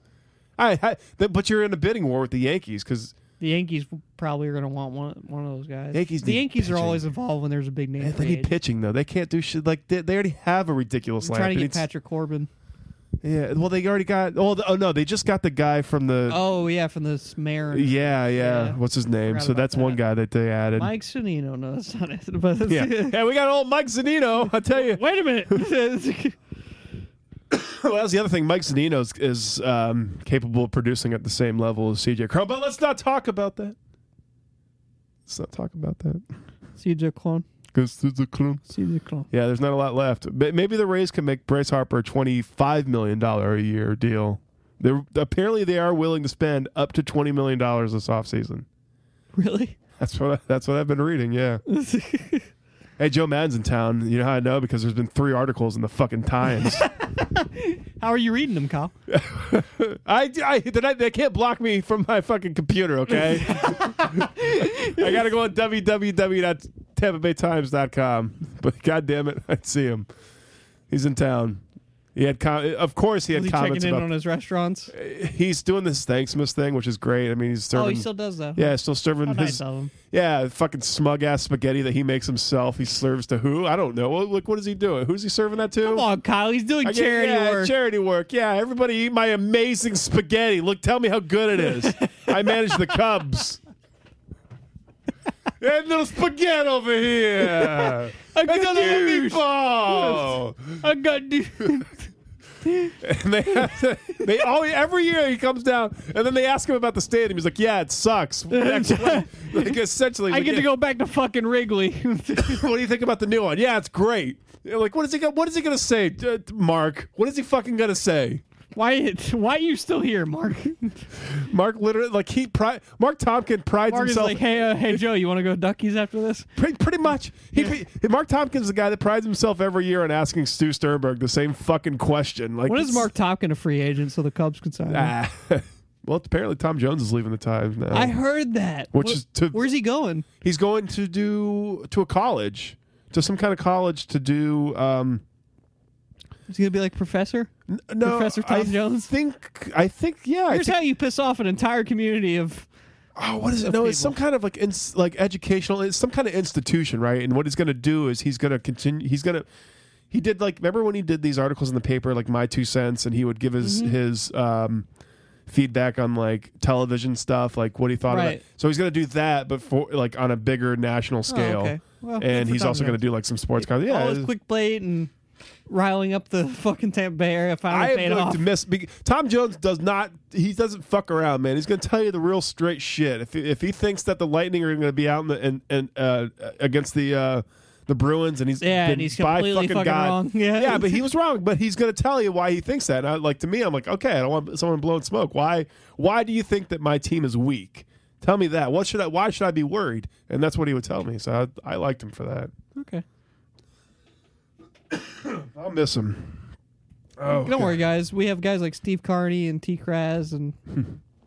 B: I, I th- but you're in a bidding war with the Yankees cuz
C: The Yankees probably are gonna want one, one of those guys.
B: Yankees
C: the
B: need
C: Yankees are
B: pitching.
C: always involved when there's a big name.
B: They,
C: free
B: they need
C: agent.
B: pitching though. They can't do shit like they, they already have a ridiculous
C: I'm
B: lineup.
C: trying to
B: It
C: get
B: needs-
C: Patrick Corbin.
B: Yeah, well, they already got. Oh, the, oh no, they just got the guy from the.
C: Oh yeah, from this mayor.
B: yeah, yeah,
C: Yeah.
B: What's his name?
C: Forgot
B: So
C: about
B: that's one
C: that.
B: guy that they added.
C: Mike Sunino. No, that's not it. But
B: Yeah, [LAUGHS] yeah, we got old Mike Zanino. I tell you,
C: [LAUGHS] Wait a minute. [LAUGHS]
B: well, that's the other thing. Mike Zanino is, is um, capable of producing at the same level as CJ Cron. But let's not talk about that. Let's not talk about that.
C: CJ Clone.
B: 'Cause it's a clown.
C: CJ Clone.
B: Yeah, there's not a lot left. But maybe the Rays can make Bryce Harper a twenty-five million dollar a year deal. They're, apparently, they are willing to spend up to twenty million dollars this offseason.
C: Really?
B: That's what I, that's what I've been reading. [LAUGHS] Yeah. hey, Joe Madden's in town. You know how I know because there's been three articles in the fucking Times.
C: [LAUGHS] How are you reading them, Kyle?
B: [LAUGHS] I, I they're not- they can't block me from my fucking computer. [LAUGHS] Okay. I gotta go on www.tampabaytimes.com. But goddamn it, I see him. He's in town. He had com- of course he had
C: Is he
B: comments
C: checking in
B: about
C: on his restaurants?
B: he's doing this Thanksmas thing, which is great. I mean, he's serving.
C: Oh, he still does though.
B: yeah, still serving
C: How
B: his
C: nice of him.
B: yeah fucking smug ass spaghetti that he makes himself. He serves to who? I don't know. Well, look, what is he doing? Who's he serving that to?
C: Come on, Kyle. He's doing
B: I get-
C: charity
B: yeah,
C: work.
B: Charity work. Yeah, everybody eat my amazing spaghetti. Look, tell me how good it is. I manage the
C: [LAUGHS]
B: Cubs. And little spaghetti over here.
C: I [LAUGHS]
B: and a
C: got
B: little
C: douche.
B: meatball. [LAUGHS]
C: I got douche.
B: And [LAUGHS] they have to, they always every year he comes down, and then they ask him about the stadium. He's like, "Yeah, it [LAUGHS] sucks."
C: [LAUGHS]
B: Next one. like essentially,
C: I
B: like,
C: get to
B: yeah,
C: go back to fucking Wrigley.
B: [LAUGHS]
C: [LAUGHS]
B: what do you think about the new one? Yeah, it's great. They're like, what is he? Go- what is he gonna say, uh, Mark? What is he fucking gonna say?
C: why? Why are you still here, Mark? [LAUGHS]
B: Mark literally, like he, pri- Mark Tompkin prides
C: Mark is
B: himself.
C: like, hey, uh, hey, Joe, you want to go Duckies after this?
B: Pretty, pretty much. He, he- Mark Tompkins is the guy that prides himself every year on asking Stu Sternberg the same fucking question. Like,
C: When is
B: it's-
C: Mark Topkin a free agent so the Cubs could sign him?
B: Ah. [LAUGHS] well, apparently Tom Jones is leaving the Times now.
C: I heard that.
B: Which
C: Wh-
B: is to-
C: where's he going?
B: He's going to do to a college, to some kind of college to do. Um,
C: Is he gonna be like professor?
B: no,
C: Professor Tom
B: I
C: Jones?
B: Think I think yeah. I
C: Here's
B: think-
C: how you piss off an entire community of.
B: oh, what is it? No, it's some kind of like ins, like educational. It's some kind of institution, right? And what he's going to do is he's going to continue. He's going to. He did like remember when he did these articles in the paper, like my two cents, and he would give
C: Mm-hmm.
B: his his um, feedback on like television stuff, like what he thought of
C: Right. Oh,
B: it. So he's going to do that, but for like on a bigger national scale.
C: okay. Well, good
B: and
C: for
B: he's
C: Tom
B: also going to
C: Jones.
B: do like some sports content. Yeah,
C: all
B: it's-
C: his clickbait and riling up the [LAUGHS] fucking Tampa Bay area finally
B: I
C: paid
B: am going
C: off.
B: to miss. bec- Tom Jones does not. He doesn't fuck around, man. He's going to tell you the real straight shit. If if he thinks that the Lightning are going to be out in the and and uh, against the. Uh, the Bruins and he's
C: Yeah,
B: been
C: and he's
B: by
C: completely
B: fucking
C: fucking
B: God.
C: wrong. [LAUGHS] Yeah.
B: but he was wrong. But he's going to tell you why he thinks that. And I, like to me, I'm like, okay, I don't want someone blowing smoke. Why? Why do you think that my team is weak? Tell me that. What should I? Why should I be worried? And that's what he would tell me. So I, I liked him for that.
C: okay.
B: I'll miss him.
C: Don't worry, guys. We have guys like Steve Carney and T. Kraz and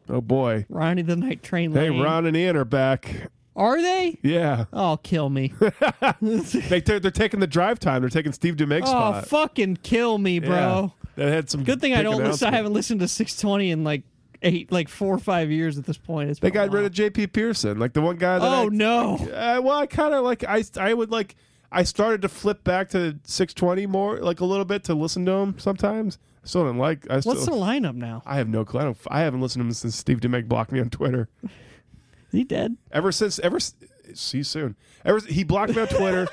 B: Oh boy.
C: Ronnie the Night Train.
B: Hey,
C: Lane.
B: Ron and Ian are back.
C: Are they?
B: Yeah.
C: Oh,
B: [LAUGHS]
C: kill me.
B: They they're, they're taking the drive time. They're taking Steve Dumig's
C: oh,
B: spot.
C: fucking kill
B: Yeah.
C: me, bro.
B: That had some
C: Good thing I
B: big
C: don't listen. I
B: announcement.
C: haven't listened to 620 in like eight, like four or five years at this point. It's
B: They
C: been a
B: got rid
C: while.
B: of J.P. Pearson, like the one guy. That
C: Oh
B: I,
C: no!
B: Uh, well, I kind of like I I would like I started to flip back to 620 more, like a little bit to listen to him sometimes. I still don't like. I still.
C: What's the lineup now?
B: I have no clue. I, don't, I haven't listened to him since Steve Dumick blocked me on
C: [LAUGHS]
B: Twitter.
C: He dead?
B: Ever since, ever s- see you soon. Ever he blocked me on
C: [LAUGHS]
B: Twitter.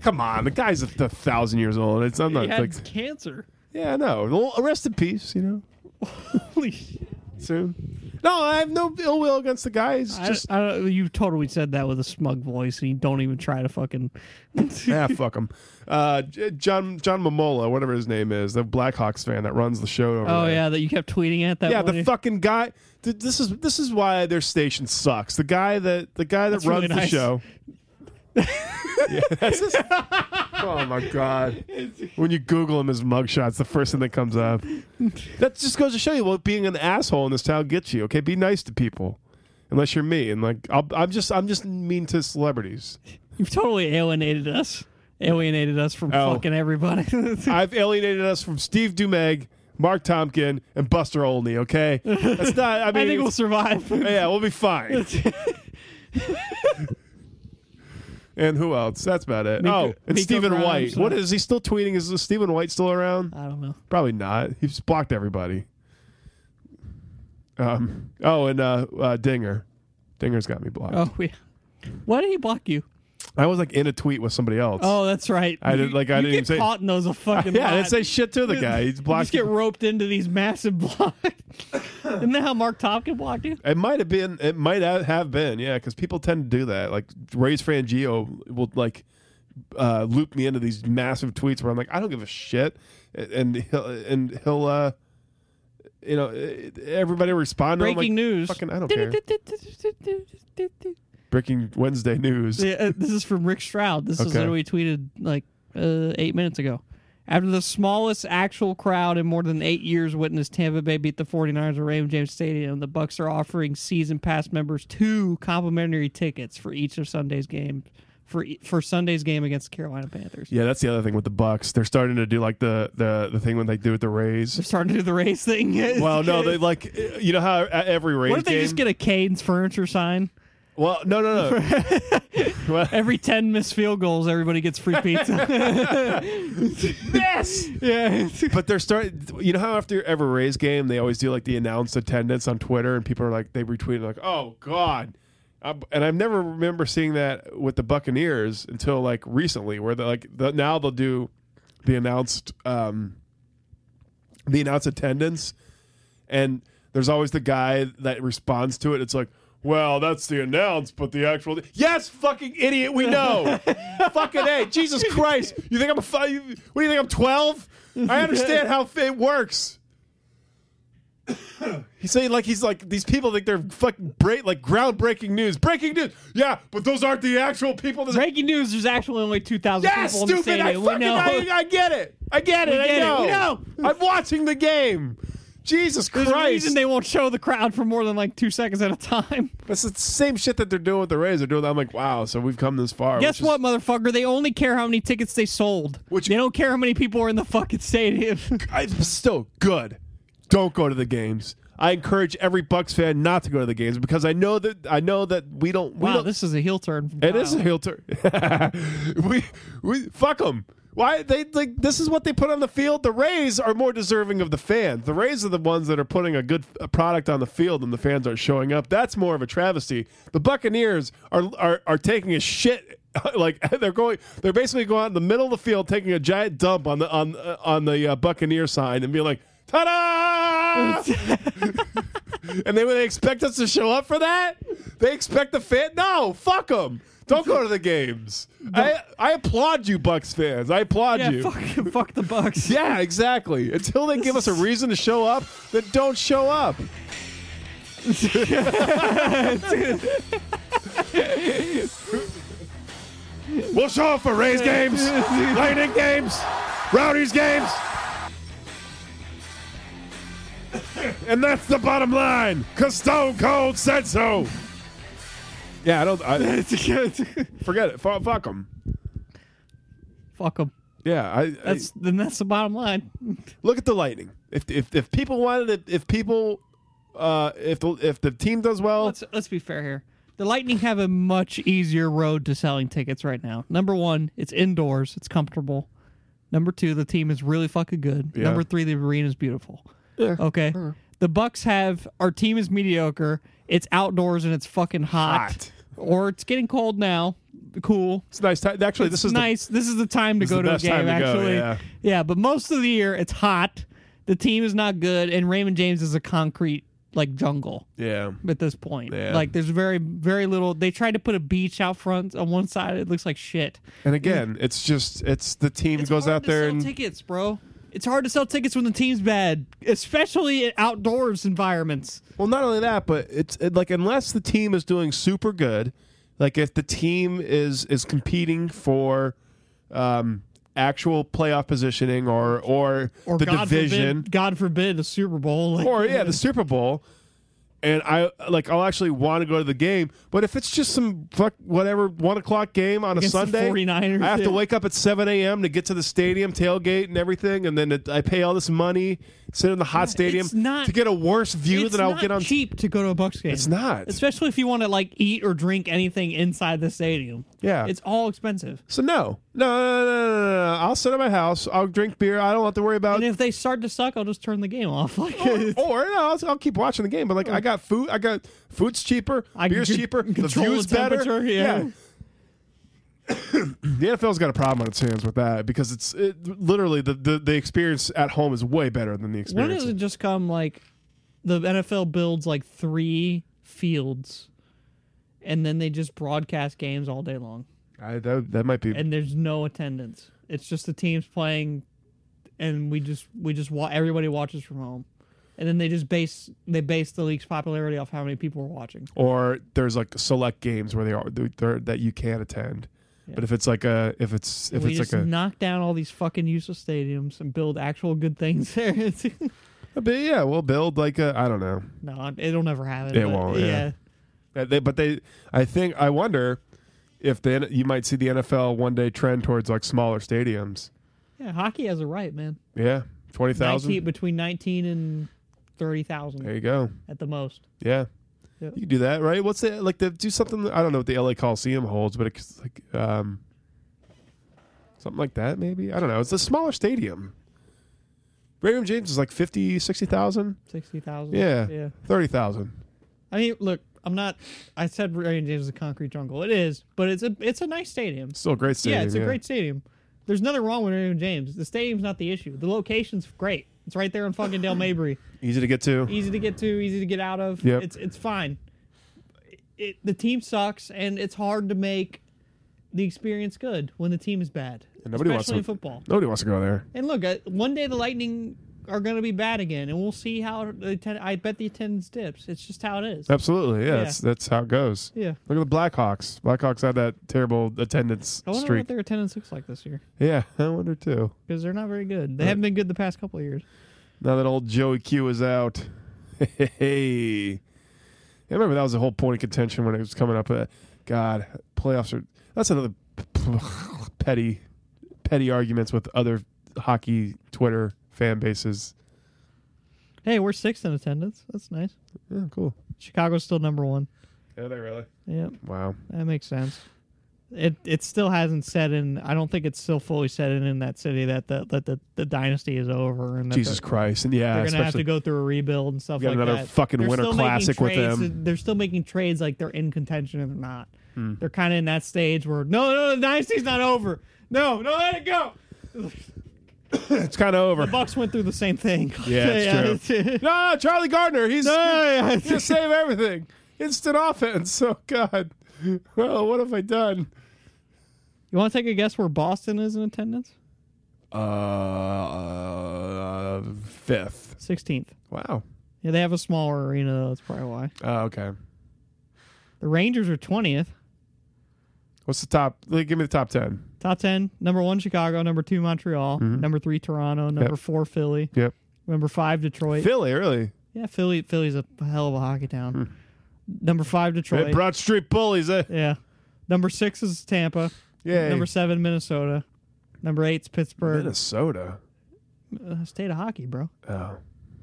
B: Come on, the guy's a, a thousand years old. Oh, It's I'm not
C: He had
B: like
C: cancer.
B: yeah, no. Well, rest in peace, you know.
C: Holy shit!
B: soon. No, I have no ill will against the guy. It's
C: I,
B: just
C: I don't, you totally said that with a smug voice, and you don't even try
B: [LAUGHS]
C: to fucking. [LAUGHS]
B: ah, fuck him. Uh, J- John John Momola, whatever his name is, the Blackhawks fan that runs the show. Over
C: oh
B: there.
C: yeah, that you kept tweeting at that.
B: yeah.
C: one
B: The fucking guy. th- This is this is why their station sucks. The guy that the guy that
C: That's
B: runs
C: really
B: the
C: nice.
B: show. yeah, that's just- oh my god! When you Google him, his mugshot's the first thing that comes up. That just goes to show you what being an asshole in this town gets you. Okay, be nice to people, unless you're me. And like, I'll, I'm just, I'm just mean to celebrities.
C: [LAUGHS] You've totally alienated us. Alienated us from
B: Oh.
C: fucking everybody. [LAUGHS]
B: I've alienated us from Steve Dumeg, Mark Tompkin, and Buster Olney. Okay, that's not. I mean,
C: I think we'll
B: [LAUGHS]
C: survive.
B: yeah, we'll be
C: [LAUGHS]
B: fine. and who else? That's about it.
C: Mika-
B: oh, and
C: Mika
B: Stephen
C: Grimes,
B: White.
C: uh,
B: What is he still tweeting? Is Stephen White still around?
C: I don't know.
B: Probably not. He's blocked everybody. Um. Oh, and uh, uh Dinger. Dinger's got me blocked.
C: Oh [LAUGHS] yeah. Why did he block you?
B: I was like in a tweet with somebody else.
C: Oh, [LAUGHS] that's right.
B: I didn't- like, I
C: You
B: didn't
C: get
B: even say-
C: caught in those a
B: [LAUGHS]
C: fucking.
B: yeah. I
C: lot.
B: didn't say shit to the guy. He's
C: [LAUGHS] You
B: blocked.
C: just get roped into these massive [LAUGHS] blocks. Isn't that how Mark Topkin blocked you?
B: It might have been. It might ha- have been. Yeah, because people tend to do that. Like Ray's Frangio will like uh, loop me into these massive tweets where I'm like, I don't give a shit, and he'll and he'll uh, you know e, everybody respond. to him,
C: Breaking
B: I'm like,
C: news.
B: Fucking, I don't care. Breaking Wednesday news.
C: Yeah, uh, this is from Rick Stroud. This is
B: Okay.
C: literally tweeted like uh, eight minutes ago. After the smallest actual crowd in more than eight years witnessed Tampa Bay beat the 49ers at Raymond James Stadium, the Bucks are offering season pass members two complimentary tickets for each of Sunday's game for e- for Sunday's game against the Carolina Panthers.
B: Yeah, that's the other thing with the Bucks. They're starting to do like the the the thing when they do with the Rays.
C: They're starting to do the race thing.
B: Well,
C: [LAUGHS]
B: no, they like you know how at every Rays
C: what if they
B: game.
C: just get a Canes furniture sign?
B: well, no,
C: [LAUGHS]
B: no, no.
C: Every ten missed field goals, everybody gets free
B: [LAUGHS]
C: pizza.
B: Yes.
C: yeah.
B: [LAUGHS] But they're starting. You know how after every Rays game, they always do like the announced attendance on Twitter, and people are like, they retweet like, "Oh God," Uh, and I never remember seeing that with the Buccaneers until like recently, where they're like the, now they'll do. the announced um, [LAUGHS] the announced attendance, and there's always the guy that responds to it. It's like, well, that's the announce, but the actual yes, fucking idiot, we know, fucking a, Jesus Christ, you think I'm a fi- you- What do you think I'm twelve? I understand how it works. [COUGHS] He's saying like he's like these people think they're fucking break like groundbreaking news, breaking news. Yeah, but those aren't the actual people. That-
C: Breaking news: There's actually only two thousand
B: yeah,
C: people in the
B: stupid. I
C: stadium. We
B: fucking
C: know.
B: I, I get it. I get it.
C: We get
B: I
C: it.
B: know.
C: We know.
B: I'm watching the game. Jesus
C: There's a
B: Christ!
C: reason they won't show the crowd for more than like two seconds at
B: [LAUGHS]
C: a time.
B: That's the same shit that they're doing with the Rays. They're doing. That. I'm like, wow. So we've come this far. which
C: Guess
B: is-
C: what, motherfucker? They only care how many tickets they sold.
B: Which-
C: they don't care how many people are in the
B: [LAUGHS]
C: fucking stadium.
B: I, still good. Don't go to the games. I encourage every Bucks fan not to go to the games because I know that I know that we don't. We
C: wow,
B: don't,
C: this is a heel turn. From
B: It
C: Kyle.
B: is a heel turn. [LAUGHS] we we fuck them. Why they like this is what they put on the field. The Rays are more deserving of the fans. The Rays are the ones that are putting a good uh product on the field, and the fans aren't showing up. That's more of a travesty. The Buccaneers are are, are taking a shit. [LAUGHS] Like they're going, they're basically going out in the middle of the field, taking a giant dump on the on uh, on the uh, Buccaneer sign, and being like, "Ta da!" And then when they expect us to show up for that, they expect the fan. No, fuck them. Don't go to the games. I, I applaud you, Bucks fans. I applaud
C: Yeah,
B: you.
C: fuck, [LAUGHS] fuck the Bucks.
B: Yeah, exactly. Until they give us a reason to show up, then don't show up. [LAUGHS] we'll show up for Rays games, Lightning games, Rowdies games. And that's the bottom line, because Stone Cold said so. Yeah, I don't. [LAUGHS] I, forget it. Fuck, fuck 'em.
C: Fuck them.
B: Yeah, I. I-
C: That's then. That's the bottom line.
B: look at the Lightning. If if, if people wanted it, if people, uh, if the, if the team does well,
C: Let's let's be fair here. The Lightning have a much easier road to selling tickets right now. Number one, it's indoors. It's comfortable. Number two, the team is really fucking good.
B: Yeah.
C: Number three, the arena is beautiful. Okay. The Bucks have our team is mediocre. It's outdoors and it's fucking hot.
B: Hot.
C: Or it's getting cold now. Cool.
B: it's nice. Time. Actually, this is the-
C: nice. this is the time to
B: is
C: go
B: the
C: to a
B: best
C: game.
B: time to go,
C: actually,
B: yeah.
C: but most of the year it's hot. The team is not good, and Raymond James is a concrete like jungle
B: yeah.
C: at this point.
B: Yeah.
C: Like there's very very little. They tried to put a beach out front on one side. It looks like shit.
B: And again, it's just it's the team
C: It's
B: goes
C: hard
B: out
C: to
B: there
C: sell
B: and
C: tickets, bro. It's hard to sell tickets when the team's bad, especially in outdoors environments.
B: Well, not only that, but it's it, like unless the team is doing super good, like if the team is is competing for um, actual playoff positioning or or,
C: Or
B: the
C: God
B: division,
C: forbid, God forbid, the Super Bowl. Like,
B: or yeah, the Super Bowl. And I like I'll actually want to go to the game, but if it's just some fuck whatever one o'clock game on
C: Against
B: a
C: the
B: Sunday,
C: 49ers,
B: I have
C: yeah.
B: to wake up at seven a.m. to get to the stadium, tailgate, and everything, and then it, I pay all this money, sit in the hot stadium
C: it's not-
B: to get a worse view
C: it's
B: than I'll
C: not
B: get on.
C: cheap to go to a Bucks game.
B: It's not.
C: especially if you want to like eat or drink anything inside the stadium.
B: Yeah.
C: it's all expensive.
B: So no, no, no, no, no, no, no. I'll sit at my house. I'll drink beer. I don't have to worry about.
C: And if they start to suck, I'll just turn the game off. [LAUGHS] Like,
B: or no, I'll, I'll keep watching the game. But like, I got food. I got food's cheaper.
C: I can
B: beer's
C: con-
B: cheaper. The
C: control the
B: view's better.
C: temperature, yeah.
B: [COUGHS] the NFL's got a problem on its hands with that because it's it, literally the, the the experience at home is way better than the
C: Why
B: experience.
C: does it just come like the NFL builds like three fields and then they just broadcast games all day long
B: I, that, that might be.
C: and there's no attendance. It's just the teams playing and we just we just wa- everybody watches from home. And then they just base they base the league's popularity off how many people are watching.
B: or there's like select games where they are they're- that you can attend. But if it's like a if it's if
C: we
B: it's
C: just
B: like a
C: knock down all these fucking useless stadiums and build actual good things [LAUGHS] there.
B: but yeah, we'll build like a I don't know.
C: no, it'll never happen.
B: It
C: but
B: won't, yeah.
C: yeah.
B: Uh, they, but they, I think, I wonder if then you might see the NFL one day trend towards like smaller stadiums.
C: Yeah, hockey has a right, man.
B: Yeah, twenty
C: 19,
B: thousand.
C: between 19 and 30,000
B: There you go.
C: at the most.
B: Yeah,
C: Yep.
B: you can do that, right? What's the like? The, do something. I don't know what the LA Coliseum holds, but it's like um, something like that. Maybe I don't know. It's a smaller stadium. Raymond James is like 50, 60,000.
C: 60,000.
B: Yeah.
C: Yeah.
B: 30,000.
C: I mean, look, I'm not I said Raymond James is a concrete jungle. It is, but it's a it's a nice stadium.
B: Still a great stadium.
C: yeah, it's a great stadium. There's nothing wrong with Raymond James. The stadium's not the issue. The location's great. It's right there in fucking Del Mabry.
B: Easy to get to.
C: Easy to get to, easy to get out of.
B: Yep.
C: It's it's fine. It, the team sucks, and it's hard to make the experience good when the team is bad,
B: And nobody wants
C: especially
B: to,
C: in football.
B: Nobody wants to go there.
C: And look, uh, one day the Lightning are going to be bad again, and we'll see how the atten- I bet the attendance dips. It's just how it is.
B: Absolutely, yeah. That's that's how it goes.
C: Yeah.
B: Look at the Blackhawks. Blackhawks had that terrible attendance
C: I wonder
B: streak.
C: what their attendance looks like this year
B: yeah, [LAUGHS] I wonder too.
C: because they're not very good. They haven't been good the past couple of years.
B: Now that old Joey Q is out, [LAUGHS] hey, I remember that was the whole point of contention when it was coming up. Uh, God, playoffs are that's another [LAUGHS] petty, petty arguments with other hockey Twitter fan bases.
C: Hey, we're sixth in attendance. That's nice.
B: Yeah, cool.
C: Chicago's still number one.
B: Yeah, they really.
C: Yep,
B: Wow.
C: that makes sense. It it still hasn't set in. I don't think it's still fully set in in that city that the that the, the dynasty is over and that
B: Jesus
C: the-
B: Christ. And yeah,
C: they're gonna have
B: especially
C: to go through a rebuild and stuff
B: Got
C: like
B: another
C: that.
B: fucking
C: They're
B: Winter
C: still making
B: Classic with
C: trades-
B: them.
C: They're still making trades like they're in contention and they're not.
B: Hmm.
C: They're kind of in that stage where no, no, the dynasty's not over. No, no, let it go.
B: [LAUGHS] it's kind of over.
C: Bucks went through the same thing.
B: [LAUGHS] Yeah, it's
C: [LAUGHS]
B: true.
C: it's-
B: No, Charlie Gardner. He's
C: yeah.
B: he's gonna save everything. Instant offense. Oh God. Well, what have I done?
C: you want to take a guess where Boston is in attendance?
B: Uh, fifth.
C: Sixteenth.
B: Wow.
C: Yeah, they have a smaller arena though. That's probably why.
B: Oh, okay.
C: The Rangers are twentieth.
B: What's the top? Like, give me the top ten.
C: Top ten. Number one Chicago. Number two Montreal. Number three Toronto. Number four Philly.
B: Mm-hmm. Yep.
C: Number five Detroit.
B: Philly, really.
C: Yeah, Philly. Philly's a hell of a hockey town. Number five, Detroit.
B: Hmm. Hey, Broad Street Bullies. Eh?
C: yeah. Number six is Tampa.
B: Yay.
C: Number seven, Minnesota. Number eight's Pittsburgh.
B: Minnesota.
C: Uh, state of hockey, bro.
B: Oh.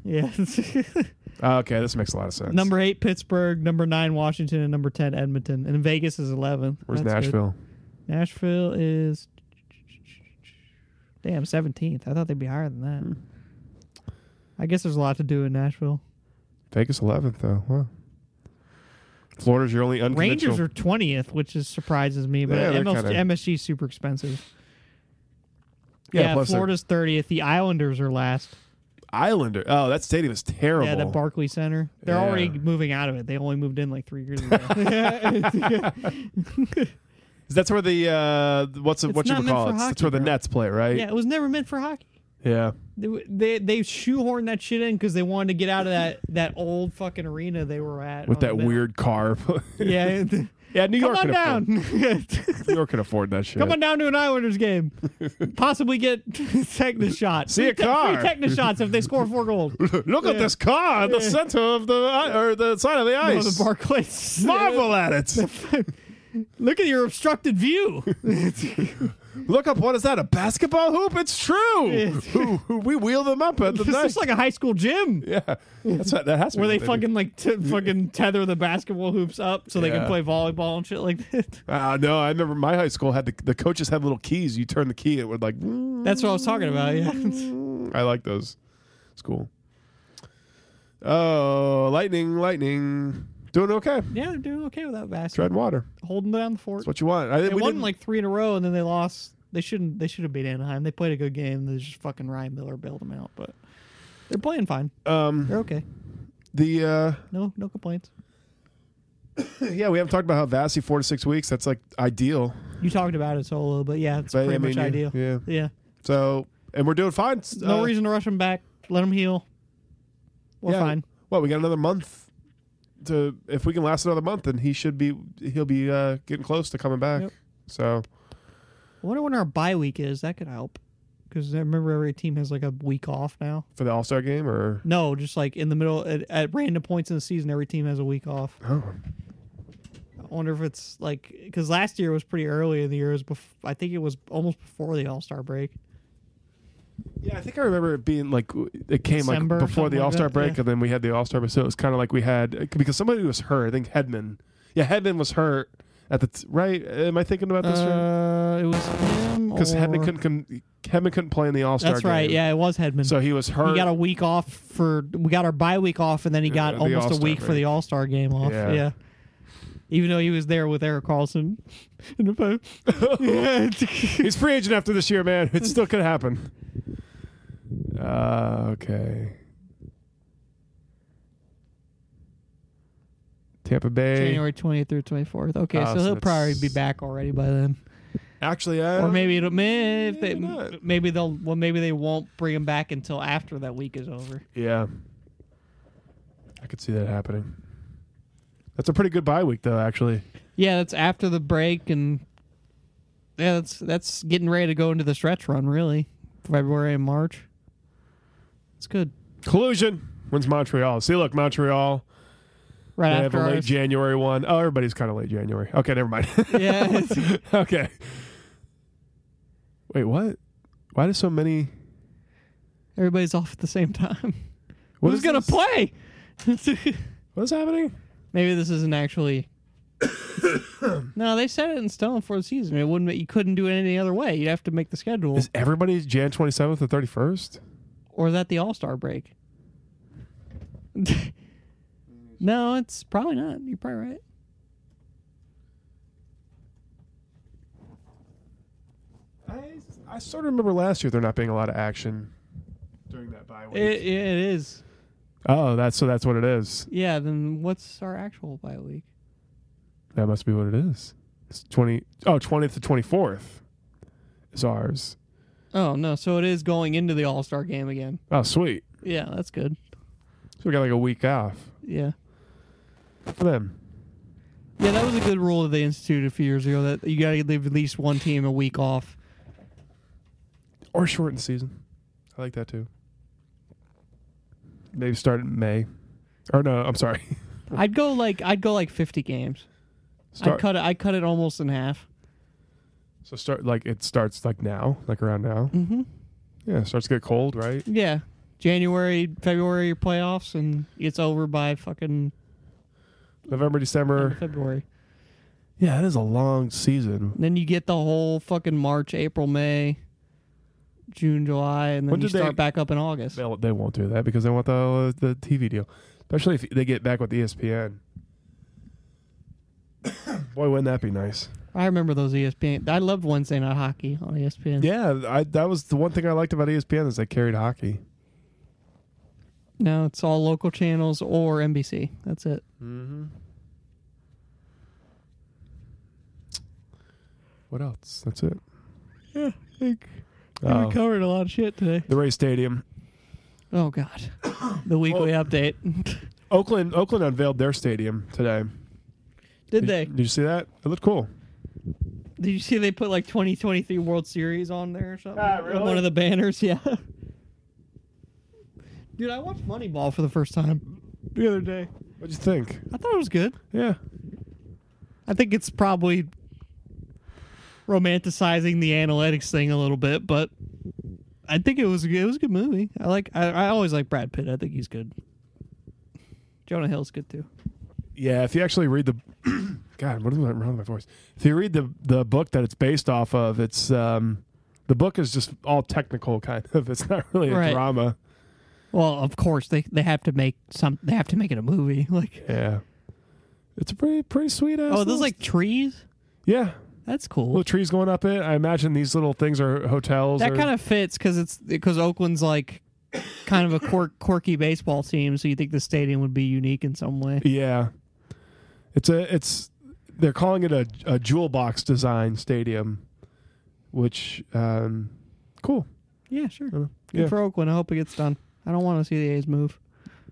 C: Yeah. [LAUGHS]
B: Oh, Okay, this makes a lot of sense.
C: number eight, Pittsburgh. Number nine, Washington, and number ten, Edmonton. And Vegas is eleven.
B: Where's
C: That's good.
B: Nashville?
C: Nashville is. Damn, seventeenth. I thought they'd be higher than
B: Hmm.
C: that. I guess there's a lot to do in Nashville.
B: Vegas eleventh though. Wow. Florida's your only unconventional.
C: Rangers are twentieth, which is surprises me, but
B: Yeah, they're
C: MLG,
B: kinda-
C: MSG's super expensive.
B: Yeah,
C: Yeah,
B: plus they're-
C: Florida's thirtieth. The Islanders are last.
B: Islander. Oh, that stadium is terrible.
C: Yeah, the Barclay Center. They're
B: Yeah.
C: already moving out of it. They only moved in like three years ago.
B: [LAUGHS]
C: [LAUGHS]
B: That's where the uh, what's it,
C: It's
B: what you
C: not
B: would
C: meant
B: call
C: for
B: it? That's
C: hockey,
B: where the
C: bro.
B: Nets play, right?
C: yeah, it was never meant for hockey.
B: Yeah.
C: They they, they shoehorned that shit in because they wanted to get out of that that old fucking arena they were at
B: With
C: on the
B: that
C: middle.
B: weird car. [LAUGHS]
C: [LAUGHS] Yeah,
B: yeah. New
C: come
B: York
C: on
B: can
C: down.
B: afford.
C: [LAUGHS]
B: New York can afford that shit.
C: Come on down to an
B: [LAUGHS]
C: Islanders game. Possibly get [LAUGHS] Techna shots.
B: See a
C: Free te- free
B: car.
C: Techna shots if they score four goals.
B: [LAUGHS] [LAUGHS] Look at this car in the center of the i- or the side of the
C: Oh, the
B: ice.
C: [LAUGHS] Barclays. [LAUGHS]
B: Marvel at it.
C: Look at your obstructed view.
B: Look up what is that? A basketball hoop? It's [LAUGHS] true. we wheel them up at [LAUGHS] the
C: [LAUGHS] This looks
B: nice.
C: like a high school gym
B: [LAUGHS] yeah, that's what that has to
C: where
B: be
C: they
B: what do.
C: fucking like t- fucking tether the basketball hoops up so they
B: Yeah.
C: can play volleyball and shit like that. [LAUGHS]
B: Ah, no, I remember my high school had the the coaches had little keys. You turn the key, it would like.
C: That's what I was talking about. Yeah. [LAUGHS]
B: I like those. It's cool. Oh, lightning, lightning, doing okay.
C: yeah, they're doing okay without Vasquez
B: Tread water.
C: holding down the fort.
B: That's what you want. I,
C: They
B: we
C: won
B: didn't-
C: like three in a row and then they lost. They shouldn't. They should have beat Anaheim. They played a good game. They just fucking Ryan Miller bailed them out, but they're playing fine.
B: um
C: They're okay.
B: the uh
C: No, no complaints.
B: yeah we haven't talked about how Vassy four to six weeks. That's like ideal.
C: You talked about it solo, but yeah, it's
B: But, I
C: pretty much
B: mean, yeah,
C: ideal.
B: yeah.
C: yeah.
B: So and we're doing fine.
C: No
B: Uh,
C: reason to rush him back. Let him heal. We're
B: yeah.
C: fine.
B: Well, we got another month to if we can last another month, then he should be he'll be uh getting close to coming back.
C: Yep.
B: So
C: I wonder when our bye week is. That could help. Because I remember every team has like a week off now.
B: for the All Star game or
C: No, just like in the middle, at, at random points in the season, every team has a week off.
B: oh
C: I wonder if it's like, because last year was pretty early in the year. It was bef- I think it was almost before the All Star break.
B: yeah, I think I remember it being like it came
C: December or
B: like before
C: something
B: the
C: like
B: All Star
C: that,
B: break,
C: yeah.
B: and then we had the All Star. But so it was kind of like we had uh, because somebody was hurt. I think Headman. Yeah, Headman was hurt at the t- right. Am I thinking about this? right?
C: Uh, it was him.
B: Because
C: or-
B: Hedman couldn't come, Hedman couldn't play in the All Star.
C: That's right. Yeah, it was Hedman.
B: So he was hurt.
C: he got a week off for we got our bye week off, and then he got
B: the
C: almost a
B: All-Star
C: week for
B: break.
C: the All Star game off.
B: Yeah.
C: Yeah. yeah, even though he was there with Eric Carlson. [LAUGHS] In the post. [LAUGHS]
B: [LAUGHS] He's free agent after this year, man. It still could happen. Uh, okay. Tampa Bay.
C: January 20th through 24th. Okay,
B: Ah,
C: so
B: so
C: he'll probably be
B: that's-
C: back already by then.
B: Actually, I
C: Or maybe it'll may, if they,
B: maybe not.
C: maybe they'll well maybe they won't bring him back until after that week is over.
B: Yeah. I could see that happening. That's a pretty good bye week, though, actually.
C: Yeah, that's after the break and yeah, that's that's getting ready to go into the stretch run really. February and March. It's good.
B: Collusion wins Montreal. See, look, Montreal.
C: Right
B: They have
C: after
B: a late
C: ours.
B: January one. Oh, everybody's kind of late January. Okay, never mind.
C: [LAUGHS]
B: [LAUGHS]
C: Yeah. it's-
B: okay. Wait, what? Why do so many?
C: everybody's off at the same time.
B: What
C: Who's
B: is
C: going to
B: this?
C: play? [LAUGHS]
B: What's happening?
C: Maybe this
B: [COUGHS]
C: isn't actually No, they set it in stone for the season. It wouldn't you couldn't do it any other way. You'd have to make the schedule.
B: Is everybody Jan twenty seventh to thirty first?
C: or is that the All Star break? [LAUGHS] no, it's probably not. You're probably right.
B: I I sort of remember last year there not being a lot of action during that bye week.
C: It, it is.
B: oh, that's so that's what it is.
C: Yeah. Then what's our actual bye week?
B: That must be what it is. It's twenty. Oh, 20th to twenty fourth is ours.
C: Oh no, so it is going into the All Star game again.
B: Oh, sweet.
C: Yeah, that's good.
B: So we got like a week off
C: Yeah.
B: for them.
C: Yeah, that was a good rule that they instituted a few years ago that you got to leave at least one team a week off.
B: or shorten the season. I like that too. Maybe start in May, or no, I'm
C: [LAUGHS]
B: sorry.
C: I'd go like I'd go like 50 games. I'd
B: Start,
C: cut it. I cut it almost in half.
B: so start like it starts like now, like around now. Mm-hmm. Yeah, it starts to get cold, right?
C: Yeah. January, February playoffs, and it's over by fucking
B: November,
C: end of
B: December.
C: February.
B: Yeah, that is a long season.
C: Then you get the whole fucking March, April, May, June, July, and
B: When
C: then you
B: did they-
C: start back up in August.
B: They'll, they won't do that because they want the the TV deal, especially if they get back with E ESPN. [COUGHS] Boy, wouldn't that be nice?
C: I remember those E ESPN. I loved Wednesday night hockey on E ESPN.
B: Yeah, I, that was the one thing I liked about E ESPN is they carried hockey.
C: Now it's all local channels or NBC. That's it.
B: What else? That's it.
C: We
B: Oh,
C: covered a lot of shit today.
B: the Ray Stadium.
C: Oh God, the weekly update. [LAUGHS]
B: Oakland Oakland unveiled their stadium today.
C: Did
B: Did,
C: they?
B: Did you see that? It looked cool.
C: Did you see they put like 2023 World Series on there or something? On One of the banners, [LAUGHS] yeah. Dude, I watched Moneyball for the first time the other day.
B: What'd you think?
C: I thought it was good.
B: Yeah.
C: I think it's probably romanticizing the analytics thing a little bit, but I think it was it was a good movie. I like I, I always like Brad Pitt. I think he's good. Jonah Hill's good too.
B: Yeah, if you actually read the [CLEARS THROAT] God, what is wrong with my voice? If you read the the book that it's based off of, it's um the book is just all technical kind of. It's not really a
C: Right.
B: drama.
C: Well, of course they they have to make some they have to make it a movie. [LAUGHS] Like
B: Yeah. It's a pretty pretty sweet ass.
C: oh, those
B: little-
C: like trees.
B: Yeah.
C: That's cool.
B: Little trees going up it. I imagine these little things are hotels.
C: That
B: or-
C: kind of fits because it's because Oakland's like kind of a quirk, quirky baseball team, so you think the stadium would be unique in some way.
B: Yeah. It's a it's they're calling it a, a jewel box design stadium, which um cool.
C: Yeah, sure. Good
B: Yeah.
C: for Oakland. I hope it gets done. I don't want to see the A's move.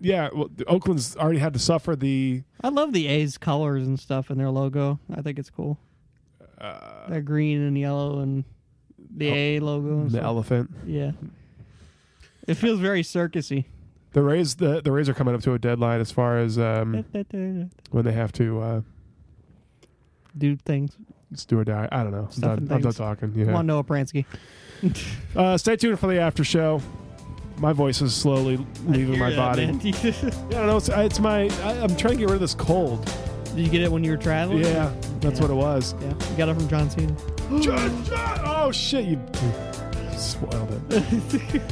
B: Yeah, well the- Oakland's already had to suffer the
C: I love the A's colors and stuff in their logo. I think it's cool.
B: Uh,
C: that green and yellow and the A logo. And
B: Oh, the
C: stuff.
B: elephant.
C: Yeah. It feels very circusy.
B: The Rays the, the Rays are coming up to a deadline as far as um
C: Do
B: when they have to uh
C: things.
B: just do or die. I don't know. I'm
C: Stuff
B: done,
C: and
B: I'm done
C: things.
B: talking.
C: Come
B: Yeah.
C: on, Noah Pransky.
B: Uh stay tuned for the after show. My voice is slowly leaving my
C: [LAUGHS]
B: body.
C: Did
B: Yeah, I don't know. It's, it's my. I, I'm trying to get rid of this cold.
C: you get it when you were traveling?
B: Yeah, that's what it was.
C: Yeah. You got it from John Cena.
B: John, John! Oh shit! You you spoiled it.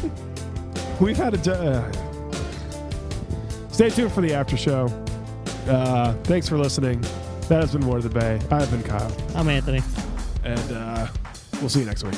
B: [LAUGHS] We've had a. d- Uh, stay tuned for the after show. Uh, thanks for listening. That has been War of the Bay. I've been Kyle,
D: I'm Anthony.
B: and uh, we'll see you next [LAUGHS] week.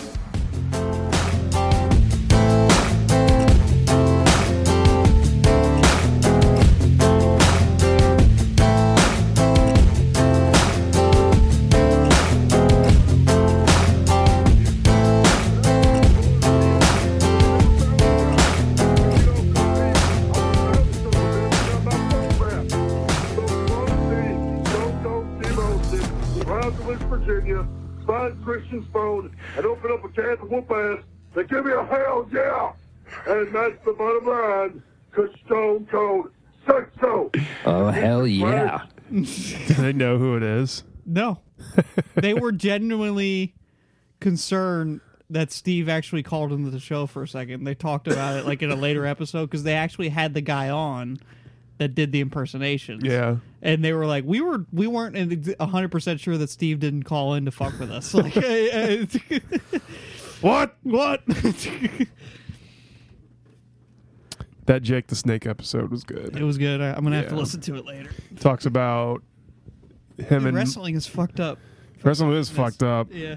E: Virginia, find Christian's phone and open up a can of whoop ass and give me a hell yeah! And that's the bottom line, because Stone Cold said so.
F: Oh, hell yeah.
B: Do they know who it is?
C: [LAUGHS] No. they were genuinely concerned that Steve actually called into the show for a second. They talked about it like in a later episode because they actually had the guy on that did the impersonations.
B: Yeah.
C: And they were like, we were we weren't hundred percent sure that Steve didn't call in to fuck with us. [LAUGHS] Like, eh, eh,
B: What?
C: what?
B: That Jake the Snake episode was good.
C: it was good. I, I'm gonna have to
B: Yeah.
C: listen to it later.
B: Talks about him
C: Dude,
B: and
C: wrestling is fucked up.
B: wrestling is fucked up.
C: Yeah.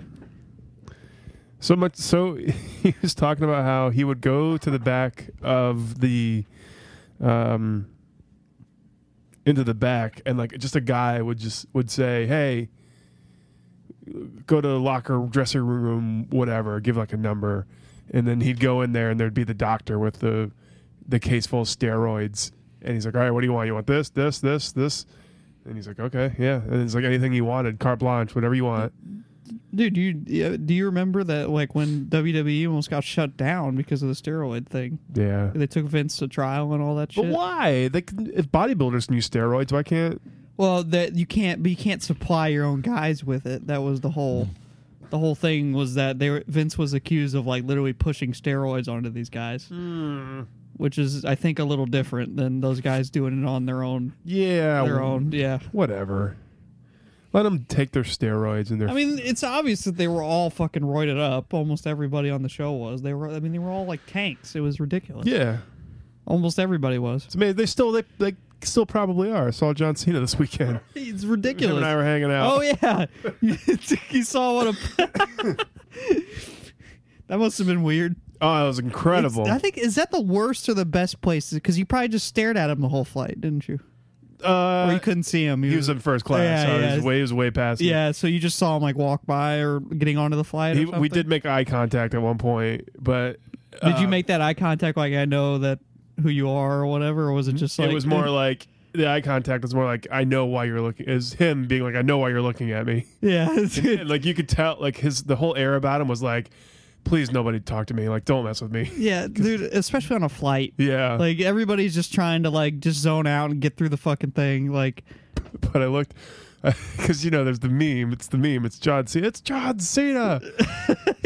B: So much so [LAUGHS] he was talking about how he would go to the back of the um into the back and like just a guy would just would say, "Hey, go to the locker dressing room whatever, give like a number." And then he'd go in there and there'd be the doctor with the the case full of steroids and he's like, "All right, what do you want? You want this, this, this, this?" And he's like, "Okay, yeah." And it's like anything he wanted, carte blanche, whatever you want.
C: Dude, do you yeah, do you remember that like when WWE almost got shut down because of the steroid thing?
B: Yeah.
C: They took Vince to trial and all that
B: But
C: shit.
B: why? They can, if bodybuilders can use steroids, why can't?
C: Well, that you can't, but you can't supply your own guys with it. That was the whole, the whole thing was that they were, Vince was accused of like literally pushing steroids onto these guys,
B: Hmm.
C: which is I think a little different than those guys doing it on their own.
B: Yeah,
C: Their
B: well,
C: own, yeah.
B: Whatever. Let them take their steroids and their.
C: I mean, it's obvious that they were all fucking roided up. Almost everybody on the show was. They were. I mean, they were all like tanks. It was ridiculous.
B: yeah,
C: Almost everybody was.
B: it's amazing. They still they they still probably are. I saw John Cena this
C: [LAUGHS]
B: weekend.
C: [LAUGHS] It's
B: Him
C: ridiculous.
B: and I were hanging out.
C: Oh yeah, [LAUGHS] you saw what a. [LAUGHS] that must have been weird.
B: oh, it was
C: It's-
B: incredible.
C: I think is that the worst or the best place? Because you probably just stared at him the whole flight, didn't you?
B: uh,
C: Or you couldn't see him.
B: he was in first class.
C: Yeah,
B: so
C: yeah.
B: He, was way, he was way past. me.
C: yeah, so you just saw him like walk by or getting onto the flight. or
B: He- we
C: something?
B: did uh, make eye contact at one point, but
C: Did you make that eye contact? Like I know that who you are or whatever. Or was it just like
B: Mm-hmm. it was more like the eye contact was more like I know why you're looking. Is him being like I know why you're looking at me.
C: [LAUGHS]
B: [LAUGHS]
C: yeah,
B: and like you could tell like his the whole air about him was like please nobody talk to me like don't mess with me
C: [LAUGHS]
B: [LAUGHS]
C: yeah, dude. Especially on a flight.
B: yeah
C: Like everybody's just trying to like just zone out and get through the fucking thing. Like
B: [LAUGHS]
C: [LAUGHS]
B: but i looked [LAUGHS] because you know there's the meme it's the meme it's john cena it's john
C: [LAUGHS]
B: cena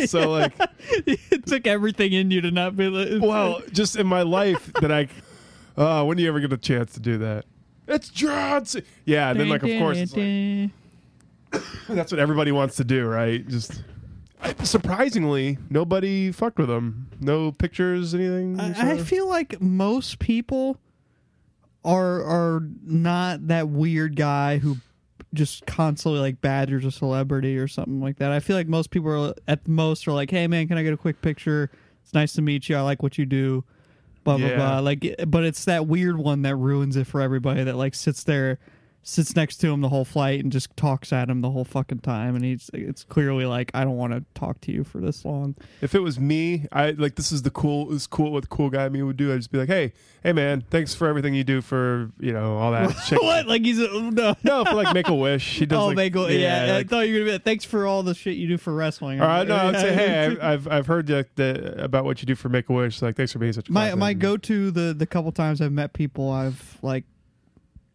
B: so like
C: it took everything in you to not be. Like,
B: well just in my life that i uh when do you ever get a chance to do that it's john cena yeah and then like of course it's like, that's what everybody wants to do right just I- surprisingly nobody fucked with him no pictures anything
C: I, I feel like most people are are not that weird guy who just constantly like badgers a celebrity or something like that. I feel like most people are at the most are like, "Hey man, can I get a quick picture? It's nice to meet you. I like what you do." Blah blah
B: Yeah.
C: blah. Like, but it's that weird one that ruins it for everybody that like sits there, sits next to him the whole flight and just talks at him the whole fucking time, and he's it's clearly like, "I don't want to talk to you for this long." [LAUGHS]
B: If it was me, I like this is the cool this is cool what the cool guy me would do. I'd just be like, hey, hey man, thanks for everything you do for you know all
C: [LAUGHS]
B: that. shit.
C: what? Like he's a, no.
B: No, for like Make a Wish. He does.
C: [LAUGHS] Oh,
B: like,
C: they go. Yeah, I
B: like-
C: thought you were gonna be. Like, Thanks for all the shit you do for wrestling.
B: all right, no,
C: [LAUGHS]
B: I'd say, hey, I- I've I've heard that, that about what you do for Make a Wish. Like, thanks for being such a
C: my
B: class
C: my
B: man."
C: go to the the couple times I've met people, I've like,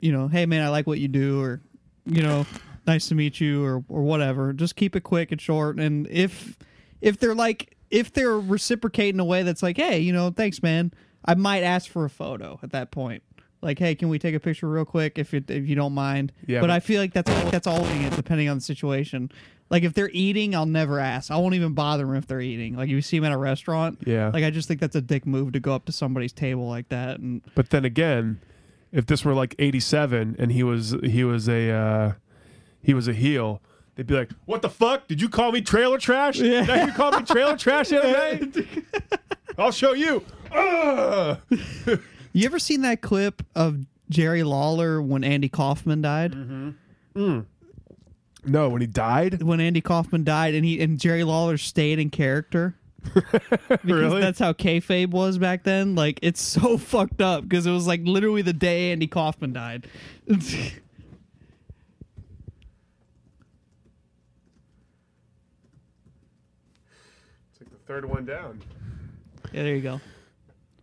C: you know, hey man, I like what you do, or you know, nice to meet you, or or whatever. Just keep it quick and short. And if if they're like if they're reciprocating a way that's like, hey, you know, thanks man, I might ask for a photo at that point. Like, hey, can we take a picture real quick if you, if you don't mind?
B: Yeah,
C: but
B: but-
C: I feel like that's all, that's all it depending on the situation. Like if they're eating, I'll never ask. I won't even bother them if they're eating. Like you see them at a restaurant.
B: Yeah.
C: Like I just think that's a dick move to go up to somebody's table like that and
B: But then again, if this were like '87 and he was he was a uh, he was a heel, they'd be like, "What the fuck? Did you call me trailer trash? Yeah. Now you call me trailer trash the other
C: [LAUGHS]
B: night? I'll show you." Ugh.
C: You ever seen that clip of Jerry Lawler when Andy Kaufman died? Mm-hmm.
B: No, when he died,
C: When Andy Kaufman died, and he and Jerry Lawler stayed in character. [LAUGHS] because
B: Really?
C: That's how kayfabe was back then. Like it's so [LAUGHS] fucked up because it was like literally the day Andy Kaufman died. [LAUGHS]
B: it's like the third one down.
C: Yeah, there you go.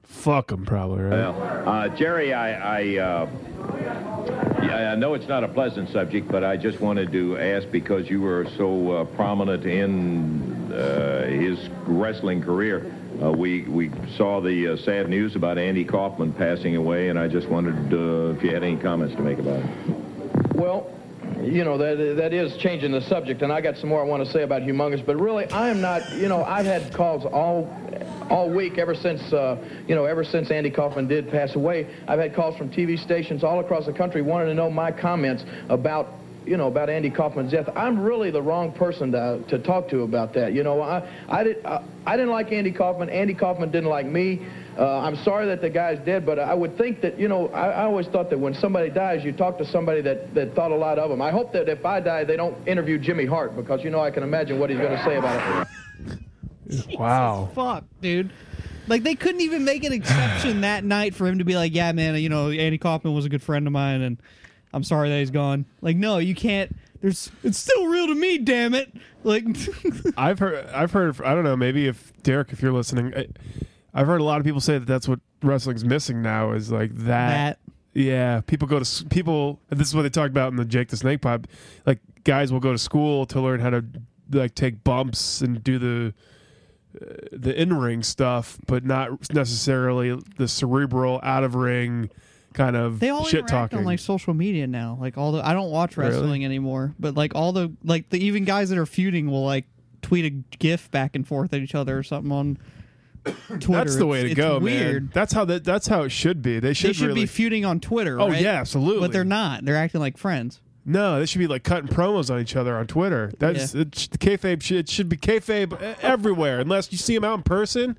B: Fuck him, probably right.
G: Uh, Jerry, I, I, uh, yeah, I know it's not a pleasant subject, but I just wanted to ask because you were so uh, prominent in uh, his wrestling career. Uh, we we saw the uh, sad news about Andy Kaufman passing away, and I just wondered uh, if you had any comments to make about it.
H: Well, you know, that, that is changing the subject, and I got some more I want to say about humongous, but really, I am not, you know, I've had calls all all week ever since, uh, you know, ever since Andy Kaufman did pass away. I've had calls from TV stations all across the country wanting to know my comments about you know about Andy Kaufman's death. I'm really the wrong person to, to talk to about that. You know, I I, did, I I didn't like Andy Kaufman. Andy Kaufman didn't like me. Uh, I'm sorry that the guy's dead, but I would think that you know I, I always thought that when somebody dies, you talk to somebody that that thought a lot of him. I hope that if I die, they don't interview Jimmy Hart because you know I can imagine what he's going to say about it.
B: Wow.
C: Fuck, dude. Like they couldn't even make
B: [SIGHS]
C: an exception that night for him to be like, yeah, man, you know, Andy Kaufman was a good friend of mine, and I'm sorry that he's gone. Like, no, you can't. There's, it's still real to me, damn it. Like, [LAUGHS]
B: I've heard, I've heard, I don't know, maybe if Derek, if you're listening, I, I've heard a lot of people say that that's what wrestling's missing now is like that.
C: That.
B: Yeah, people go to s- people. and This is what they talked about in the Jake the Snake Pod. Like guys will go to school to learn how to like take bumps and do the uh, the in ring stuff, but not necessarily the cerebral out of ring kind of
C: they all
B: shit
C: interact
B: talking.
C: on like social media now. Like all the, I don't watch
B: Really?
C: wrestling anymore, but like all the like the even guys that are feuding will like tweet a gif back and forth at each other or something on [COUGHS] Twitter.
B: that's the
C: It's-
B: way to
C: it's
B: go,
C: weird.
B: man. That's how that, that's how it should be. They should,
C: They should
B: really
C: be feuding on Twitter.
B: Oh,
C: right?
B: yeah, absolutely.
C: But they're not. They're acting like friends.
B: No, they should be like cutting promos on each other on Twitter. That's
C: Yeah.
B: it, sh- kayfabe. Should, it should be kayfabe e- everywhere, unless you see them out in person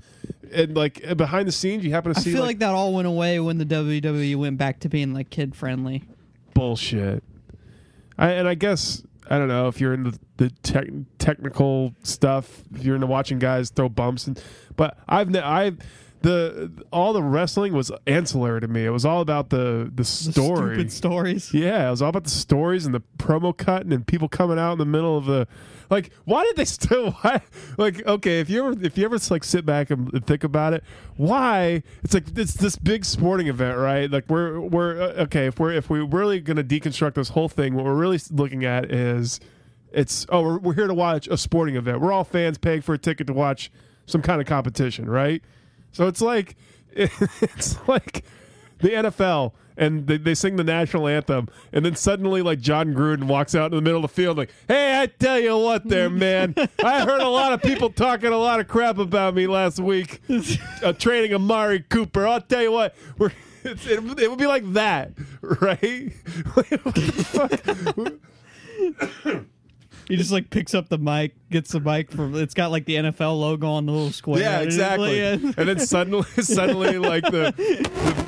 B: and like uh, behind the scenes. You happen to
C: I
B: see
C: feel like,
B: like,
C: that all went away when the WWE went back to being like kid friendly.
B: bullshit. I, and I guess I don't know if you're into the tech, technical stuff. If you're into watching guys throw bumps, and but I've ne- I the all the wrestling was ancillary to me. It was all about the the story.
C: Stupid stories.
B: Yeah, it was all about the stories and the promo cutting and people coming out in the middle of the like. Why did they still? [LAUGHS] Why, like, okay, if you ever if you ever like sit back and, and think about it, why it's like it's this big sporting event, right? Like we're we're uh, okay if we're if we're really gonna deconstruct this whole thing, what we're really looking at is it's oh we're, we're here to watch a sporting event. We're all fans paying for a ticket to watch some kind of competition, right? So it's like [LAUGHS] it's like the NFL and they, they sing the national anthem and then suddenly like John Gruden walks out in the middle of the field like, "Hey, I tell you what there, man. I heard a lot of people talking a lot of crap about me last week uh, training Amari Cooper. I'll tell you what. We're [LAUGHS] it's, it, it would be like that, right? [LAUGHS] What the fuck?
C: He just like picks up the mic, gets the mic from. It's got like the NFL logo on the little square.
B: Yeah,
C: And [LAUGHS] it's
B: exactly.
C: like, yeah.
B: And then suddenly, suddenly, like the,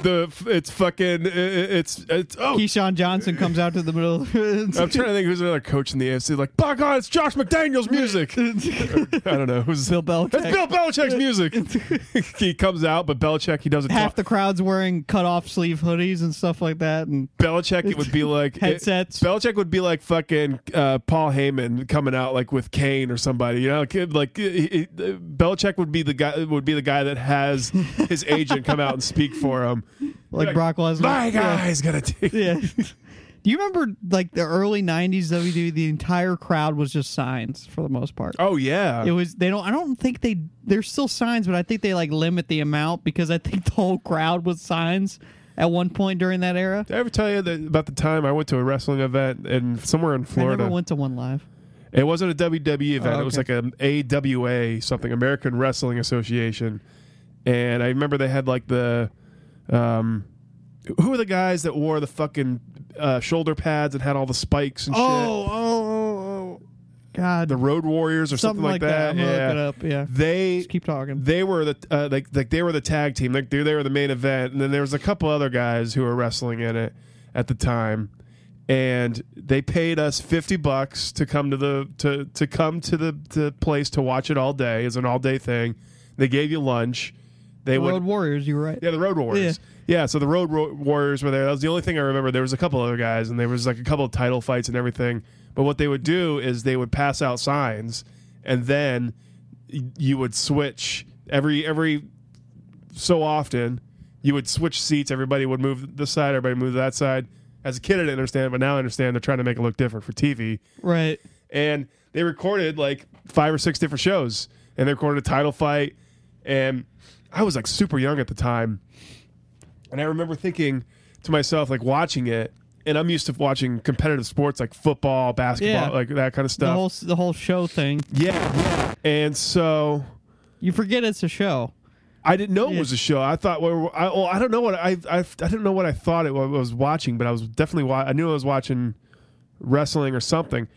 B: the, the it's fucking, it- it's, it's, oh,
C: Keyshawn Johnson comes out to the [LAUGHS]
B: [LAUGHS]
C: middle.
B: I'm trying to think who's another coach in the AFC. Like, by God, it's Josh McDaniel's music. Or, [LAUGHS] I don't know who's Bill
C: Belichick.
B: It's Bill Belichick's music. [LAUGHS] he comes out, but Belichick he doesn't.
C: Half
B: Talk.
C: the crowd's wearing cut off sleeve hoodies and stuff like that. And
B: Belichick it would be
C: [LAUGHS]
B: like
C: Headsets.
B: It, Belichick would be like fucking uh, Paul Heyman coming out like with Kane or somebody. You know, kid, like he, he, Belichick would be the guy would be the guy that has
C: [LAUGHS]
B: his agent come out and speak for him.
C: Like Brock Lesnar.
B: My
C: Yeah.
B: guy's gonna take.
C: [LAUGHS] yeah. Do you remember like the early '90s WWE? E, The entire crowd was just signs for the most part.
B: Oh yeah.
C: It was they don't I don't think they there's still signs, but I think they like limit the amount because I think the whole crowd was signs at one point during that era.
B: Did I ever tell you that about the time I went to a wrestling event and somewhere in Florida?
C: I never went to one live.
B: It wasn't a WWE event.
C: Oh,
B: It was like
C: okay.
B: an AWA something, American Wrestling Association. And I remember they had like the, um, who were the guys that wore the fucking uh, shoulder pads and had all the spikes and shit?
C: Oh, oh, God,
B: the Road Warriors or something, like, that.
C: I'm gonna
B: yeah.
C: look it up. Yeah,
B: They
C: keep talking.
B: They were the uh, like like they were the tag team. Like they, they were the main event, and then there was a couple other guys who were wrestling in it at the time. And they paid us fifty bucks to come to the to to come to the to place to watch it all day. It's an all day thing. They gave you lunch. They
C: The
B: would
C: Road Warriors. You were right.
B: [LAUGHS] yeah, the Road Warriors. Yeah, so the Road Ro- Warriors were there. That was the only thing I remember. There was a couple other guys, and there was like a couple of title fights and everything. But what they would do is they would pass out signs, and then y- you would switch every every so often. You would switch seats. Everybody would move this side. Everybody move that side. As a kid, I didn't understand, but now I understand. They're trying to make it look different for TV
C: Right.
B: and they recorded like five or six different shows and they recorded a title fight and i was like super young at the time and i remember thinking to myself like watching it and i'm used to watching competitive sports like football basketball
C: Yeah.
B: like that kind of
C: The
B: stuff
C: whole s- the whole show thing.
B: yeah, yeah and so
C: you forget it's a show
B: i didn't know it was a show i thought well i, well, I don't know what I, I i didn't know what i thought it was, was watching but i was definitely wa- i knew i was watching wrestling or something.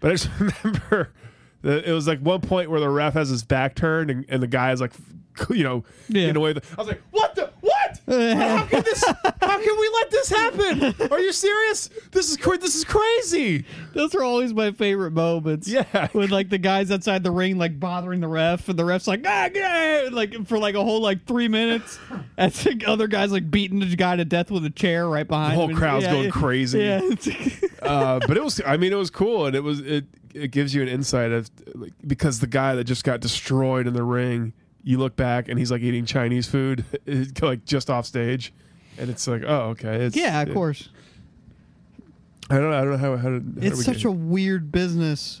B: But I just [LAUGHS] remember that it was like one point where the ref has his back turned and, and the guy is like, [LAUGHS] you know, in a way. that- I was like, what the what? how can this? How can we let this happen? Are you serious? This is cra- this is crazy.
C: Those are always my favorite moments.
B: Yeah,
C: when like the guys outside the ring like bothering the ref, and the ref's like ah, get out," like for like a whole like three minutes, and the other guys like beating the guy to death with a chair right behind.
B: The whole
C: him. And-
B: crowd's going crazy.
C: Yeah, [LAUGHS] it's-
B: uh, but it was I mean it was cool and it was it it gives you an insight of like because the guy that just got destroyed in the ring you look back and he's like eating Chinese food [LAUGHS] like just off stage and it's like oh okay it's,
C: yeah, of course.
B: I don't know I don't know how how, to, how
C: it's such a weird business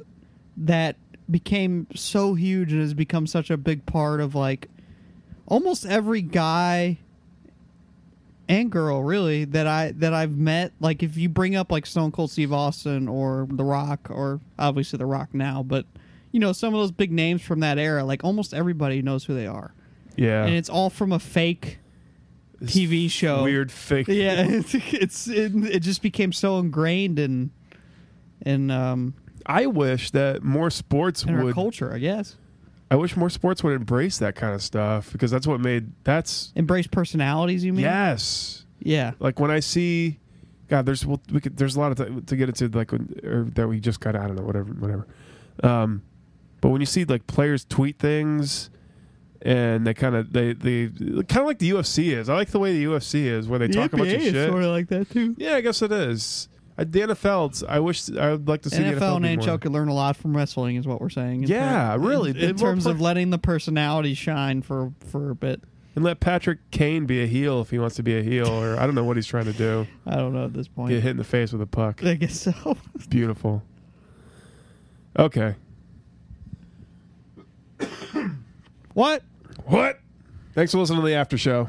C: that became so huge and has become such a big part of like almost every guy and girl really that I that I've met like if you bring up like Stone Cold Steve Austin or The Rock or obviously The Rock now but you know some of those big names from that era like almost everybody knows who they are
B: yeah
C: and it's all from a fake TV show.
B: weird fake.
C: [LAUGHS] Yeah, it's, it's it, it just became so ingrained in in um
B: I wish that more sports
C: in our
B: would
C: culture, I guess.
B: I wish more sports would embrace that kind of stuff because that's what made that's
C: Embrace personalities, you mean?
B: yes
C: Yeah.
B: like when I see, God, there's well, we could, there's a lot of th- to get into like when, or that we just got I don't know whatever whatever, um, but when you see like players tweet things, and they kind of they they kind of like the UFC is. I like the way the UFC is where they talk about
C: NBA is
B: shit.
C: sort of like that too.
B: yeah, I guess it is. I, the NFL, 's- I wish I would like to see the
C: NFL
B: NFL
C: and
B: be more-
C: NHL could learn a lot from wrestling, is what we're saying. in
B: Yeah,
C: term-
B: really.
C: In,
B: They
C: in
B: will
C: terms
B: play-
C: of letting the personality shine for for a bit.
B: and let Patrick Kane be a heel if he wants to be a heel, or I don't know what he's trying to do.
C: [LAUGHS] I don't know at this point.
B: Get hit in the face with a puck.
C: [LAUGHS] I guess so. [LAUGHS]
B: Beautiful. Okay.
C: what?
B: What? Thanks for listening to the after show.